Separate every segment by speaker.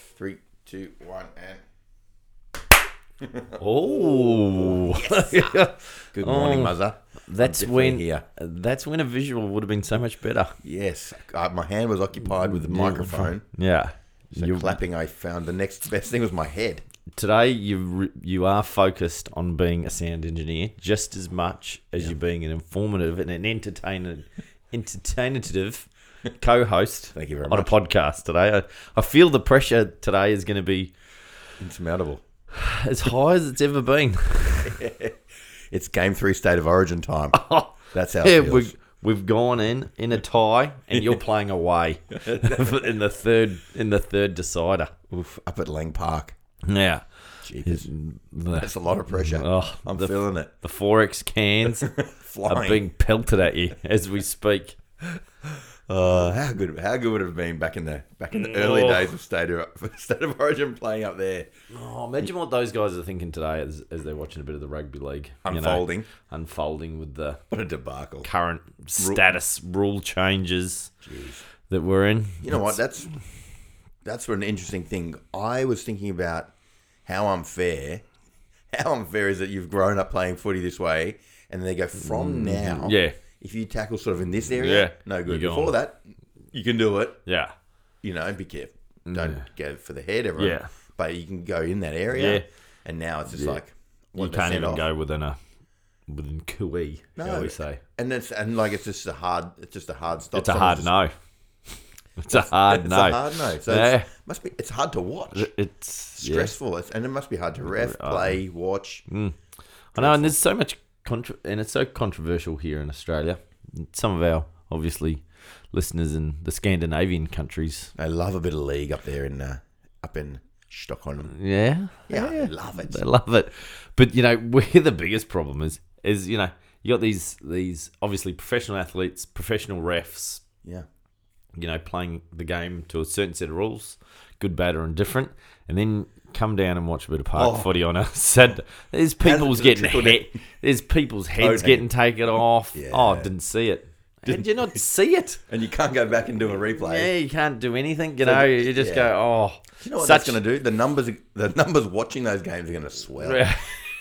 Speaker 1: Three, two, one, and
Speaker 2: Oh,
Speaker 1: good morning,
Speaker 2: Oh.
Speaker 1: mother.
Speaker 2: that's
Speaker 1: Definitely
Speaker 2: when
Speaker 1: here.
Speaker 2: that's when a visual would have been so much better.
Speaker 1: Yes, uh, my hand was occupied with the microphone.
Speaker 2: Yeah.
Speaker 1: So
Speaker 2: You-
Speaker 1: clapping, I found the next best thing was my head.
Speaker 2: today you re- you are focused on being a sound engineer just as much as you being an informative and an entertainer, entertainative co-host.
Speaker 1: Thank you very
Speaker 2: on
Speaker 1: much.
Speaker 2: a podcast today. I, I feel the pressure today is going to be
Speaker 1: Insurmountable.
Speaker 2: as high as it's ever been.
Speaker 1: It's game three state of origin time. That's how
Speaker 2: Oh, Yeah,
Speaker 1: it
Speaker 2: we,
Speaker 1: feels.
Speaker 2: we've gone in in a tie, and you're playing away in the third in the third decider.
Speaker 1: Oof, up at Lang Park.
Speaker 2: Yeah,
Speaker 1: Jeepers.
Speaker 2: the,
Speaker 1: That's a lot of pressure.
Speaker 2: oh,
Speaker 1: I'm
Speaker 2: the,
Speaker 1: feeling it.
Speaker 2: the forex cans are
Speaker 1: Flying.
Speaker 2: being pelted at you as we speak.
Speaker 1: Uh, how good! How good would it have been back in the back in the early
Speaker 2: Oh.
Speaker 1: days of state of state of origin playing up there,
Speaker 2: Oh, imagine what those guys are thinking today as, as they're watching a bit of the rugby league you know,
Speaker 1: unfolding.
Speaker 2: unfolding with the
Speaker 1: What a debacle!
Speaker 2: current status rule changes
Speaker 1: Jeez.
Speaker 2: that we're in.
Speaker 1: You know what? That's that's an interesting thing. I was thinking about how unfair, how unfair is that you've grown up playing footy this way, and they go from now.
Speaker 2: Mm, Yeah,
Speaker 1: If you tackle sort of in this area,
Speaker 2: Yeah,
Speaker 1: no good.
Speaker 2: you're
Speaker 1: Before
Speaker 2: gone.
Speaker 1: that, you can do it.
Speaker 2: yeah.
Speaker 1: You know, be careful. Don't go for the head, everyone.
Speaker 2: Mm. Yeah.
Speaker 1: But you can go in that area.
Speaker 2: Yeah.
Speaker 1: And now it's just like
Speaker 2: You
Speaker 1: want to
Speaker 2: can't
Speaker 1: send
Speaker 2: even
Speaker 1: off.
Speaker 2: go within a within cooey,
Speaker 1: No.
Speaker 2: shall we say?
Speaker 1: And it's and like it's just a hard. It's just a hard stop.
Speaker 2: It's a
Speaker 1: Someone's
Speaker 2: hard
Speaker 1: just-
Speaker 2: no. It's a hard
Speaker 1: It's
Speaker 2: no.
Speaker 1: a hard no. So
Speaker 2: Yeah.
Speaker 1: it's, must be. It's hard to watch.
Speaker 2: It's stressful.
Speaker 1: stressful, it's, and it must be hard to ref, play, watch.
Speaker 2: Hmm. I know, and there's so much contra- and it's so controversial here in Australia. Some of our obviously listeners in the Scandinavian countries.
Speaker 1: I love a bit of league up there in uh, up in Stockholm.
Speaker 2: Mm, Yeah.
Speaker 1: Yeah, I love it.
Speaker 2: They love it. But you know, where the biggest problem is is, you know, you got these these obviously professional athletes, professional refs,
Speaker 1: Yeah,
Speaker 2: you know, playing the game to a certain set of rules, good, bad, or indifferent, and then come down and watch a bit of park
Speaker 1: Oh.
Speaker 2: footy on a Saturday. There's people's
Speaker 1: it
Speaker 2: getting
Speaker 1: trickled
Speaker 2: hit. There's people's heads
Speaker 1: Totally.
Speaker 2: getting taken off.
Speaker 1: Yeah.
Speaker 2: Oh, didn't see it. Did you not see it?
Speaker 1: and you can't go back and do a replay.
Speaker 2: Yeah, you can't do anything. You know, you just
Speaker 1: yeah.
Speaker 2: go, oh,
Speaker 1: You know what
Speaker 2: such
Speaker 1: that's going to do? The numbers, the numbers watching those games are going to swell.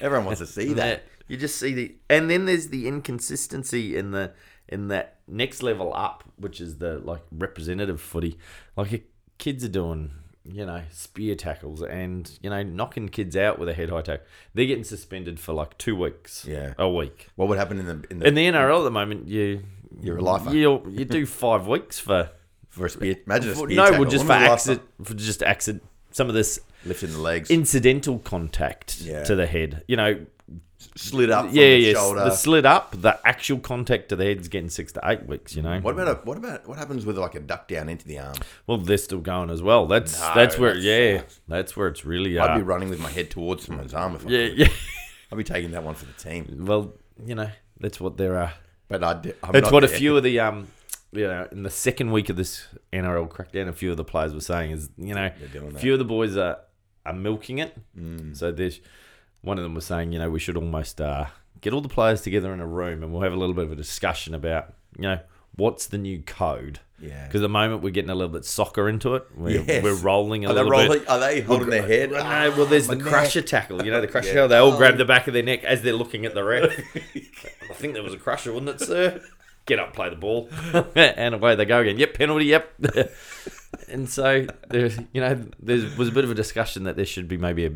Speaker 1: Everyone wants to see that.
Speaker 2: You just see the, and then there's the inconsistency in the in that next level up, which is the like representative footy. Like uh, kids are doing, you know, spear tackles and you know knocking kids out with a head high tackle. They're getting suspended for like two weeks,
Speaker 1: Yeah.
Speaker 2: a week.
Speaker 1: What would happen in the in the,
Speaker 2: In the NRL at the moment, you
Speaker 1: You're a lifer.
Speaker 2: You you do five weeks for
Speaker 1: for a spear? Imagine a
Speaker 2: no,
Speaker 1: spear
Speaker 2: well,
Speaker 1: tackle. When was
Speaker 2: just for
Speaker 1: the last
Speaker 2: accident,
Speaker 1: time-
Speaker 2: for just accident. Some of this
Speaker 1: lifting the legs,
Speaker 2: incidental contact
Speaker 1: Yeah.
Speaker 2: to the head. You know,
Speaker 1: slid up, from
Speaker 2: yeah,
Speaker 1: the
Speaker 2: yeah. s-
Speaker 1: shoulder.
Speaker 2: The slid up, the actual contact to the head's getting six to eight weeks. You know.
Speaker 1: what about a, what about what happens with like a duck down into the arm?
Speaker 2: Well, they're still going as well. That's
Speaker 1: No,
Speaker 2: that's where
Speaker 1: that
Speaker 2: yeah, that's where it's really.
Speaker 1: I'd
Speaker 2: Uh,
Speaker 1: be running with my head towards someone's arm if I
Speaker 2: yeah,
Speaker 1: could.
Speaker 2: yeah.
Speaker 1: I'd be taking that one for the team.
Speaker 2: Well, you know, that's what uh, there are.
Speaker 1: But I'd, do- I'm
Speaker 2: That's
Speaker 1: not
Speaker 2: what a
Speaker 1: there.
Speaker 2: few of the um, you know, in the second week of this NRL crackdown, a few of the players were saying is you know,
Speaker 1: They're doing
Speaker 2: a
Speaker 1: that. Mm.
Speaker 2: few of the boys are are milking it. So there's one of them was saying you know we should almost uh, get all the players together in a room and we'll have a little bit of a discussion about you know what's the new code.
Speaker 1: Yeah.
Speaker 2: Because at the moment we're getting a little bit soccer into it. We're,
Speaker 1: Yes.
Speaker 2: we're rolling a
Speaker 1: Are they
Speaker 2: little
Speaker 1: rolling?
Speaker 2: bit.
Speaker 1: Are they holding their head?
Speaker 2: No,
Speaker 1: Ah,
Speaker 2: well, there's
Speaker 1: my
Speaker 2: the
Speaker 1: neck.
Speaker 2: crusher tackle. You know, the crusher
Speaker 1: Yeah.
Speaker 2: tackle. They all
Speaker 1: Oh.
Speaker 2: grab the back of their neck as they're looking at the ref. I think there was a crusher, wasn't it, sir? Get up, play the ball, and away they go again. Yep, penalty. Yep. and so there, you know, there was a bit of a discussion that there should be maybe a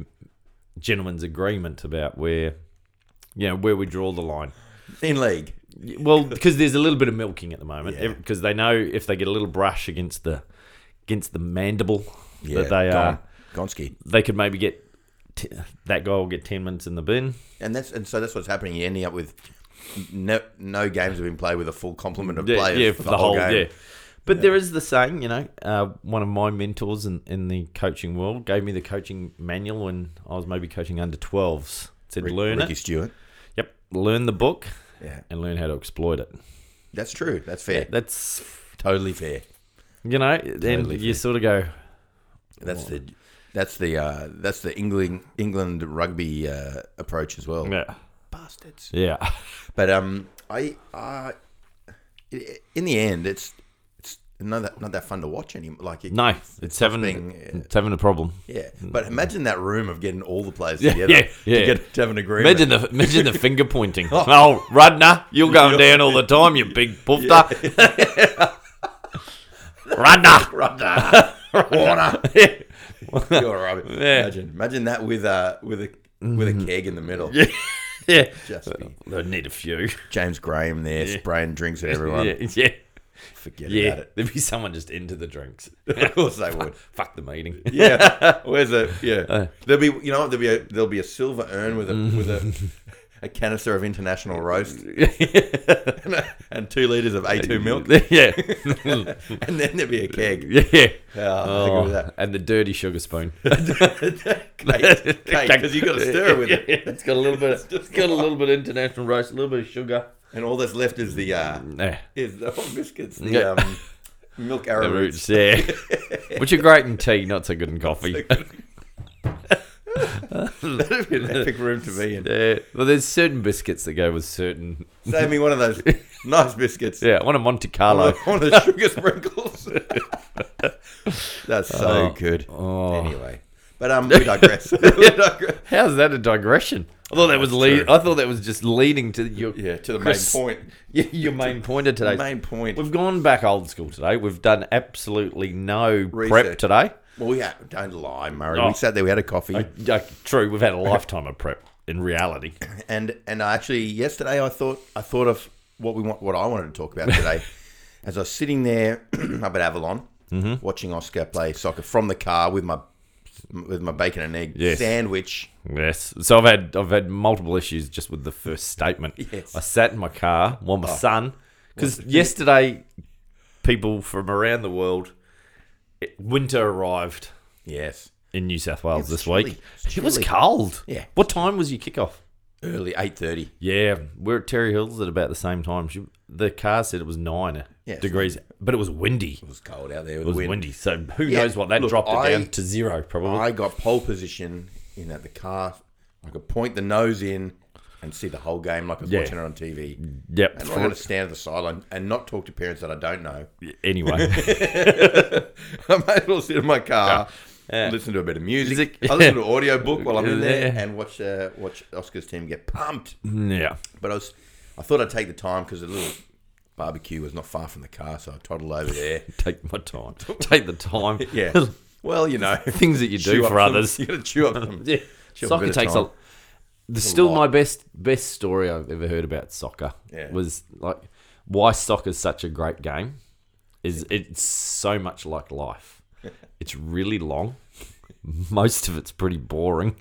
Speaker 2: gentleman's agreement about where, you know, where we draw the line.
Speaker 1: In league.
Speaker 2: Well, because there's a little bit of milking at the moment
Speaker 1: Yeah.
Speaker 2: because they know if they get a little brush against the against the mandible that they
Speaker 1: Gon-
Speaker 2: are,
Speaker 1: Gonski.
Speaker 2: they could maybe get t- that guy will get ten minutes in the bin.
Speaker 1: And that's and so that's what's happening. You're ending up with no, no games have been played with a full complement of
Speaker 2: Yeah,
Speaker 1: players
Speaker 2: yeah,
Speaker 1: for the, whole, game.
Speaker 2: yeah. But there is the saying, you know, uh, one of my mentors in, in the coaching world gave me the coaching manual when I was maybe coaching under 12s. Said,
Speaker 1: Rick-
Speaker 2: learn
Speaker 1: Ricky
Speaker 2: it.
Speaker 1: Stewart.
Speaker 2: Yep. Learn the book
Speaker 1: Yeah,
Speaker 2: and learn how to exploit it.
Speaker 1: that's true. That's fair.
Speaker 2: That's,
Speaker 1: totally fair.
Speaker 2: you know, then
Speaker 1: Totally
Speaker 2: you sort of go,
Speaker 1: That's the that's the uh, that's the England England rugby uh, approach as well.
Speaker 2: yeah.
Speaker 1: Bastards.
Speaker 2: Yeah.
Speaker 1: But um, I uh, in the end, it's it's not that not that fun to watch anymore. Like it,
Speaker 2: No, it's having
Speaker 1: being, yeah.
Speaker 2: it's having a problem.
Speaker 1: yeah. But imagine that room of getting all the players
Speaker 2: Hmm. Yeah,
Speaker 1: together
Speaker 2: yeah, yeah.
Speaker 1: to get to have an agreement.
Speaker 2: Imagine the imagine the finger pointing. Oh, Rudner, you're going down all the time, you big poofter. Rudner,
Speaker 1: Rudner, Warner.
Speaker 2: yeah,
Speaker 1: You're right.
Speaker 2: Yeah. Mm-hmm.
Speaker 1: Imagine, imagine that with a with a with a keg in the middle.
Speaker 2: yeah.
Speaker 1: Just be
Speaker 2: I need a few.
Speaker 1: James Graham there spraying drinks at everyone.
Speaker 2: Yeah, yeah,
Speaker 1: Forget
Speaker 2: yeah.
Speaker 1: about it.
Speaker 2: There'd be someone just into the drinks.
Speaker 1: Of course they would.
Speaker 2: Fuck the meeting.
Speaker 1: Yeah. Where's it? Yeah.
Speaker 2: Uh.
Speaker 1: there'll be you know what? there'll be a there'll be a silver urn with a
Speaker 2: Mm.
Speaker 1: with a a canister of international roast and, a- and two liters of A2 milk,
Speaker 2: yeah,
Speaker 1: and then there'll be a keg.
Speaker 2: yeah.
Speaker 1: Yeah, I think
Speaker 2: Oh,
Speaker 1: of that.
Speaker 2: and the dirty sugar spoon.
Speaker 1: Because you got to stir it with it,
Speaker 2: It's got a little bit. It's got a little bit of international roast, a little bit of sugar.
Speaker 1: and all that's left is the uh, is the hot biscuits, the
Speaker 2: Yeah.
Speaker 1: um, milk
Speaker 2: The
Speaker 1: arrowroot.
Speaker 2: roots, yeah. Which are great in tea, not so good in coffee.
Speaker 1: That'd be an epic room to be in.
Speaker 2: Yeah. Well, there's certain biscuits that go with certain.
Speaker 1: Save me one of those nice biscuits.
Speaker 2: Yeah, I want a Monte Carlo.
Speaker 1: One of the sugar sprinkles. That's so
Speaker 2: Oh.
Speaker 1: good.
Speaker 2: Oh.
Speaker 1: Anyway, but um, we digress. we digress.
Speaker 2: How's that a digression? I thought that was
Speaker 1: That's
Speaker 2: lead.
Speaker 1: true.
Speaker 2: I thought that was just leading to your
Speaker 1: Yeah, to the
Speaker 2: Chris-
Speaker 1: main point.
Speaker 2: your main pointer
Speaker 1: The
Speaker 2: today.
Speaker 1: main point.
Speaker 2: We've gone back old school today. We've done absolutely no prep
Speaker 1: Research.
Speaker 2: today.
Speaker 1: well, yeah, don't lie, Murray.
Speaker 2: Oh.
Speaker 1: We sat there, we had a coffee,
Speaker 2: Yeah, Uh, true, we've had a lifetime of prep in reality.
Speaker 1: and and I actually yesterday I thought I thought of what we want, what I wanted to talk about today. As I was sitting there up at Avalon,
Speaker 2: Mm-hmm.
Speaker 1: watching Oscar play soccer from the car with my with my bacon and egg
Speaker 2: Yes.
Speaker 1: sandwich.
Speaker 2: Yes. So I've had I've had multiple issues just with the first statement.
Speaker 1: Yes. Oh.
Speaker 2: I sat in my car while my son, because yesterday, people from around the world, it, winter arrived
Speaker 1: Yes,
Speaker 2: in New South Wales
Speaker 1: It's
Speaker 2: this
Speaker 1: chilly.
Speaker 2: week.
Speaker 1: It's
Speaker 2: It was
Speaker 1: chilly.
Speaker 2: cold.
Speaker 1: Yeah.
Speaker 2: What time was your kickoff?
Speaker 1: early eight thirty.
Speaker 2: Yeah, we're at Terry Hills at about the same time. She, the car said it was nine
Speaker 1: Yes.
Speaker 2: degrees, but it was windy.
Speaker 1: It was cold out there with
Speaker 2: It was
Speaker 1: the wind.
Speaker 2: windy. So who
Speaker 1: Yeah,
Speaker 2: knows what that
Speaker 1: look,
Speaker 2: dropped it
Speaker 1: I-
Speaker 2: down to zero probably.
Speaker 1: I got pole position in that the car. I could point the nose in and see the whole game like I was
Speaker 2: Yeah.
Speaker 1: watching it on TV.
Speaker 2: yep.
Speaker 1: And I had to stand at the sideline and not talk to parents that I don't know.
Speaker 2: Anyway.
Speaker 1: I might as well sit in my car,
Speaker 2: Yeah.
Speaker 1: listen to a bit of music.
Speaker 2: Music.
Speaker 1: I listen to an audio book while I'm in there
Speaker 2: Yeah.
Speaker 1: and watch uh, watch Oscar's team get pumped.
Speaker 2: yeah.
Speaker 1: But I was, I thought I'd take the time because the little barbecue was not far from the car, so I toddled over there.
Speaker 2: Take my time. Take the time.
Speaker 1: Yeah. Well, you know,
Speaker 2: Things that you do
Speaker 1: chew up
Speaker 2: for
Speaker 1: some-
Speaker 2: others.
Speaker 1: You got to chew up some.
Speaker 2: Yeah.
Speaker 1: Sure, a bit
Speaker 2: soccer
Speaker 1: of
Speaker 2: takes
Speaker 1: time.
Speaker 2: a. There's still
Speaker 1: lot.
Speaker 2: my best best story I've ever heard about soccer.
Speaker 1: Yeah.
Speaker 2: Was like why soccer's such a great game is it's so much like life. It's really long. Most of it's pretty boring.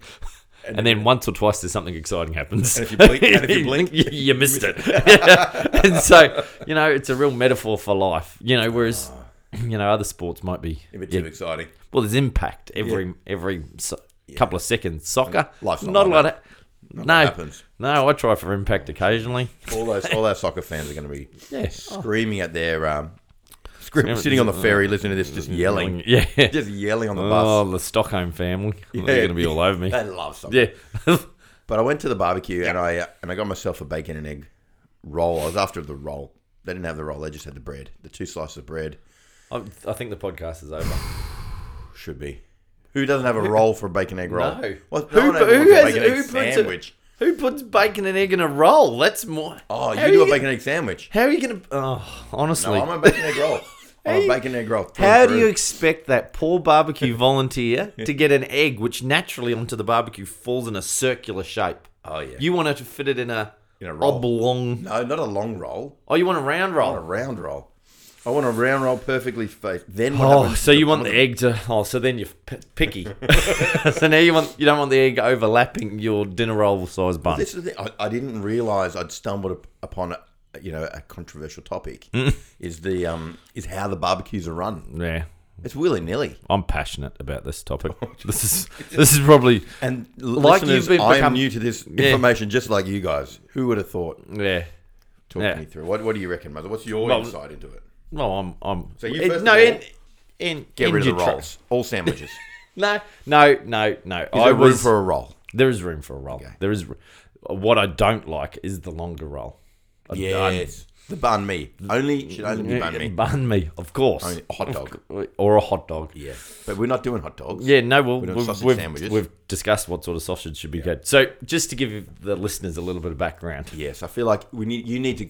Speaker 2: And, then once or twice, there's something exciting happens.
Speaker 1: And if you blink- and if you blink,
Speaker 2: you, you missed it. Yeah. And so, you know, it's a real metaphor for life. You know, whereas,
Speaker 1: Ah.
Speaker 2: you know, other sports might be
Speaker 1: A bit
Speaker 2: yeah,
Speaker 1: too exciting.
Speaker 2: well, there's impact every every so- couple of seconds. Soccer,
Speaker 1: Life's not
Speaker 2: not a
Speaker 1: like
Speaker 2: lot. Of, no,
Speaker 1: lot happens.
Speaker 2: no, I try for impact occasionally.
Speaker 1: All those, all our soccer fans are going to be
Speaker 2: Yeah.
Speaker 1: screaming at their, um, scream, sitting on the ferry, listening to this, just yelling,
Speaker 2: Yeah.
Speaker 1: just yelling on the bus.
Speaker 2: Oh, the Stockholm family. They're
Speaker 1: Yeah.
Speaker 2: going to be all over me.
Speaker 1: They love soccer.
Speaker 2: Yeah.
Speaker 1: But I went to the barbecue and I uh, and I got myself a bacon and egg roll. I was after the roll. They didn't have the roll. They just had the bread. The two slices of bread
Speaker 2: I, I think the podcast is over.
Speaker 1: should be. Who doesn't have a roll for a bacon egg roll?
Speaker 2: No.
Speaker 1: What,
Speaker 2: Who-
Speaker 1: no one ever
Speaker 2: who
Speaker 1: wants a
Speaker 2: has-
Speaker 1: bacon
Speaker 2: who
Speaker 1: egg
Speaker 2: puts a-
Speaker 1: sandwich?
Speaker 2: Who puts bacon and egg in a roll? That's more.
Speaker 1: Oh,
Speaker 2: How
Speaker 1: you do
Speaker 2: are
Speaker 1: a bacon egg sandwich.
Speaker 2: How are you going to? Oh,
Speaker 1: No,
Speaker 2: honestly,
Speaker 1: I'm a bacon egg roll. I'm a
Speaker 2: you-
Speaker 1: bacon egg roll. through
Speaker 2: how
Speaker 1: and
Speaker 2: do you
Speaker 1: through.
Speaker 2: expect that poor barbecue volunteer to get an egg, which naturally onto the barbecue falls in a circular shape?
Speaker 1: Oh yeah.
Speaker 2: You want to fit it in a
Speaker 1: In a roll.
Speaker 2: oblong
Speaker 1: no, not a long roll.
Speaker 2: Oh, you want a round
Speaker 1: a
Speaker 2: roll?
Speaker 1: round roll. I want a round roll perfectly faced. Then what
Speaker 2: Oh,
Speaker 1: happens
Speaker 2: so
Speaker 1: to
Speaker 2: you want the egg to? Oh, so then you're p- picky. so now you want you don't want the egg overlapping your dinner roll size bun.
Speaker 1: This is the, I, I didn't realize I'd stumbled up- upon a, you know a controversial topic.
Speaker 2: Mm.
Speaker 1: is the um is how the barbecues are run.
Speaker 2: Yeah,
Speaker 1: It's willy nilly.
Speaker 2: I'm passionate about this topic. This is this is probably
Speaker 1: And
Speaker 2: Like
Speaker 1: like
Speaker 2: you've
Speaker 1: listeners,
Speaker 2: been
Speaker 1: I am
Speaker 2: become-
Speaker 1: new to this information, just like you guys. Who would have thought?
Speaker 2: yeah.
Speaker 1: Talk
Speaker 2: Yeah.
Speaker 1: me through. What What do you reckon, Mother? What's your
Speaker 2: Well,
Speaker 1: insight into it?
Speaker 2: No, I'm I'm. So
Speaker 1: you first
Speaker 2: no,
Speaker 1: of all-
Speaker 2: in, in
Speaker 1: Get
Speaker 2: in
Speaker 1: rid of the
Speaker 2: your tr-
Speaker 1: rolls. All sandwiches. Is
Speaker 2: No, no, no, no. I
Speaker 1: there room
Speaker 2: was-
Speaker 1: for a roll?
Speaker 2: there is Uh, room for a roll. There is. r- What I don't like is the longer roll. I- I-
Speaker 1: Yes. The bun me only should only be bun me.
Speaker 2: Bun me, of course.
Speaker 1: Only a hot dog.
Speaker 2: Or a hot dog.
Speaker 1: Yeah, but we're not doing hot dogs.
Speaker 2: Yeah, no, well,
Speaker 1: doing
Speaker 2: we've,
Speaker 1: sausage
Speaker 2: we've,
Speaker 1: sandwiches.
Speaker 2: we've discussed what sort of sausage should be good. So, just to give the listeners a little bit of background,
Speaker 1: Yes, I feel like we need. You need to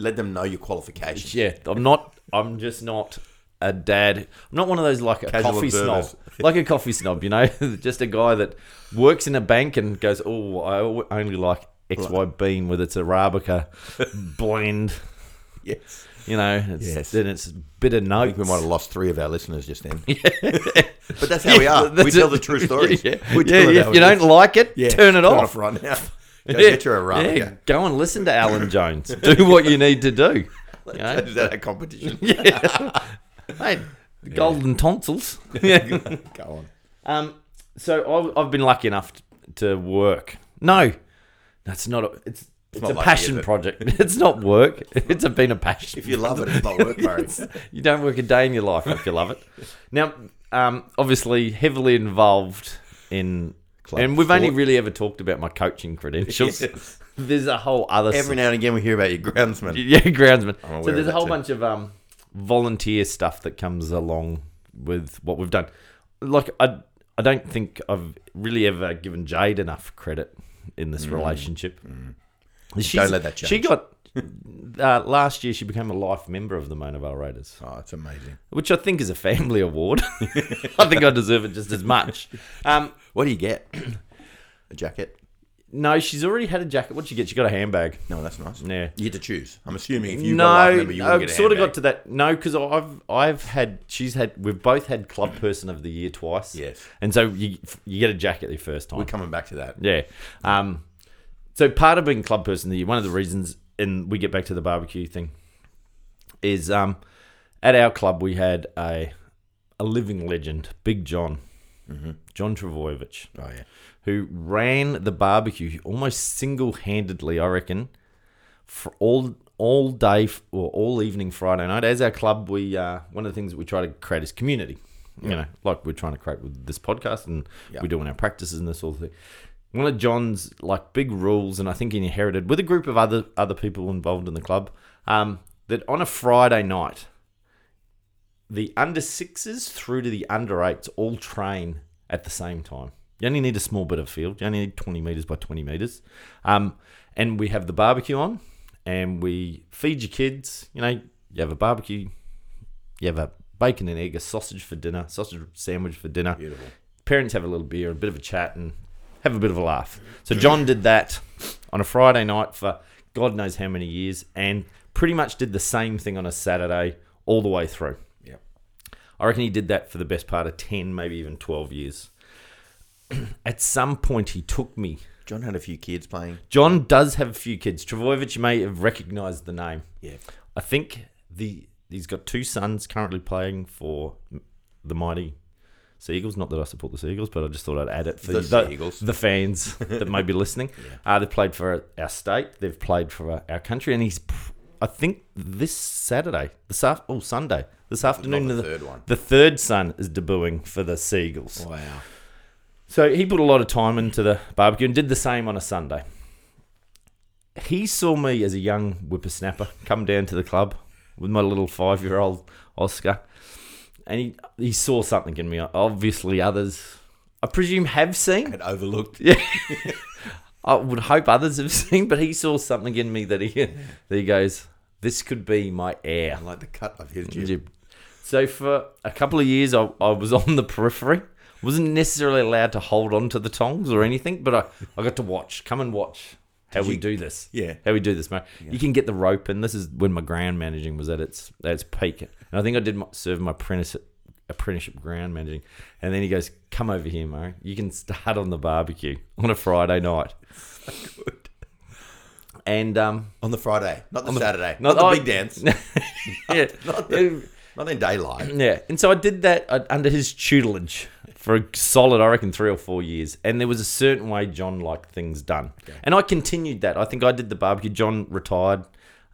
Speaker 1: let them know your qualifications.
Speaker 2: yeah, I'm not, I'm just not a dad. I'm not one of those like a
Speaker 1: Casual
Speaker 2: coffee
Speaker 1: observers.
Speaker 2: snob, like a coffee snob, you know, just a guy that works in a bank and goes, oh, I o- only like XY bean with its Arabica blend,
Speaker 1: Yes.
Speaker 2: you know, it's,
Speaker 1: Yes.
Speaker 2: then it's bitter
Speaker 1: I
Speaker 2: notes.
Speaker 1: think we might have lost three of our listeners just then. But that's how we are. we
Speaker 2: That's
Speaker 1: tell
Speaker 2: it.
Speaker 1: the true stories.
Speaker 2: Yeah,
Speaker 1: We
Speaker 2: yeah,
Speaker 1: tell it
Speaker 2: yeah.
Speaker 1: how
Speaker 2: If you
Speaker 1: it
Speaker 2: don't
Speaker 1: is.
Speaker 2: like it,
Speaker 1: Yeah,
Speaker 2: turn it off.
Speaker 1: right now. Go
Speaker 2: Yeah.
Speaker 1: get your Arabica.
Speaker 2: Yeah, go and listen to Alan Jones. Do what you need to do. You know?
Speaker 1: Is that a competition?
Speaker 2: yeah. Mate, the golden tonsils. Yeah.
Speaker 1: Go on.
Speaker 2: Um, so I've, I've been lucky enough t- to work. No, that's not. A, it's it's,
Speaker 1: not
Speaker 2: a
Speaker 1: lucky,
Speaker 2: passion
Speaker 1: is it?
Speaker 2: project. It's not work. It's a, been a passion.
Speaker 1: If you love it, it's not work, Murray.
Speaker 2: you don't work a day in your life if you love it. Now, um, obviously, heavily involved in.
Speaker 1: Club
Speaker 2: and we've only
Speaker 1: sport.
Speaker 2: really ever talked about my coaching credentials.
Speaker 1: Yes.
Speaker 2: There's a whole other
Speaker 1: Every now and again, we hear about your groundsman.
Speaker 2: yeah, groundsman.
Speaker 1: aware
Speaker 2: So
Speaker 1: of
Speaker 2: there's a
Speaker 1: that
Speaker 2: whole
Speaker 1: too.
Speaker 2: bunch of um, volunteer stuff that comes along with what we've done. Like I, I don't think I've really ever given Jade enough credit in this relationship. She's-
Speaker 1: Mm. Don't let that
Speaker 2: She got uh, last year. She became a life member of the Mona Vale Raiders,
Speaker 1: Oh, it's amazing.
Speaker 2: which I think is a family award. I think I deserve it just as much. Um,
Speaker 1: What do you get? a jacket?
Speaker 2: no, she's already had a jacket. What'd she get? She got a handbag.
Speaker 1: No, that's nice.
Speaker 2: Yeah.
Speaker 1: You get to choose. I'm assuming if you
Speaker 2: no,
Speaker 1: got a life member, you wouldn't
Speaker 2: I've
Speaker 1: get a
Speaker 2: sort of
Speaker 1: handbag.
Speaker 2: got to that. No, because I've I've had she's had we've both had club person of the year twice.
Speaker 1: Yes.
Speaker 2: and so you you get a jacket the first time.
Speaker 1: We're coming back to that.
Speaker 2: yeah. Um. So part of being club person of the year, one of the reasons, and we get back to the barbecue thing, is um, at our club we had a a living legend, Big John,
Speaker 1: Mm-hmm.
Speaker 2: John Travojevic
Speaker 1: Oh, yeah.
Speaker 2: who ran the barbecue almost single-handedly, I reckon, for all all day f- or all evening Friday night. As our club, we uh, one of the things that we try to create is community. You know, like we're trying to create with this podcast, and
Speaker 1: Yeah.
Speaker 2: we're doing our practices and this sort of thing. One of John's like big rules, and I think he inherited with a group of other other people involved in the club, um, that on a Friday night, the under sixes through to the under eights all train at the same time. You only need a small bit of field. You only need 20 meters by 20 meters. Um, and we have the barbecue on and we feed your kids. You know, you have a barbecue, you have a bacon and egg, a sausage for dinner, sausage sandwich for dinner.
Speaker 1: Beautiful.
Speaker 2: Parents have a little beer, a bit of a chat, and have a bit of a laugh. So John did that on a Friday night for God knows how many years and pretty much did the same thing on a Saturday all the way through.
Speaker 1: Yeah.
Speaker 2: I reckon he did that for the best part of 10, maybe even 12 years. At some point, he took me.
Speaker 1: John had a few kids playing.
Speaker 2: John does have a few kids. Travojevic, you may have recognized the name.
Speaker 1: Yeah.
Speaker 2: I think the he's got two sons currently playing for the mighty Seagulls. Not that I support the Seagulls, but I just thought I'd add it for
Speaker 1: The
Speaker 2: you-
Speaker 1: Seagulls.
Speaker 2: the fans that may be listening. Uh, they've played for our state, they've played for uh, our country, and he's, pr- I think, this Saturday, this af- oh Sunday, this afternoon,
Speaker 1: the
Speaker 2: the
Speaker 1: third one.
Speaker 2: the third son is debuting for the Seagulls.
Speaker 1: Wow.
Speaker 2: So he put a lot of time into the barbecue and did the same on a Sunday. He saw me as a young whippersnapper come down to the club with my little five year old Oscar. And he, he saw something in me. Obviously, others, I presume, have seen.
Speaker 1: Had overlooked.
Speaker 2: I would hope others have seen, but he saw something in me that he, that he goes, This could be my heir.
Speaker 1: I like the cut of his jib.
Speaker 2: Jib. So for a couple of years, I, I was on the periphery. wasn't necessarily allowed to hold on to the tongs or anything, but I, I got to watch. Come and watch how we
Speaker 1: you-
Speaker 2: do this.
Speaker 1: Yeah.
Speaker 2: How we do this, mate. You can get the rope, and this is when my ground managing was at its at its peak. And I think I did my, serve my apprenticeship apprenticeship ground managing, and then he goes, "Come over here, Murray. You can start on the barbecue on a Friday night." And um,
Speaker 1: On the Friday, not the Saturday,
Speaker 2: no,
Speaker 1: not, the
Speaker 2: I-
Speaker 1: big dance,
Speaker 2: yeah,
Speaker 1: not
Speaker 2: it-
Speaker 1: not in daylight.
Speaker 2: Yeah, and so I did that uh, under his tutelage for a solid, I reckon, three or four years. And there was a certain way John liked things done, and I continued that. I think I did the barbecue. John retired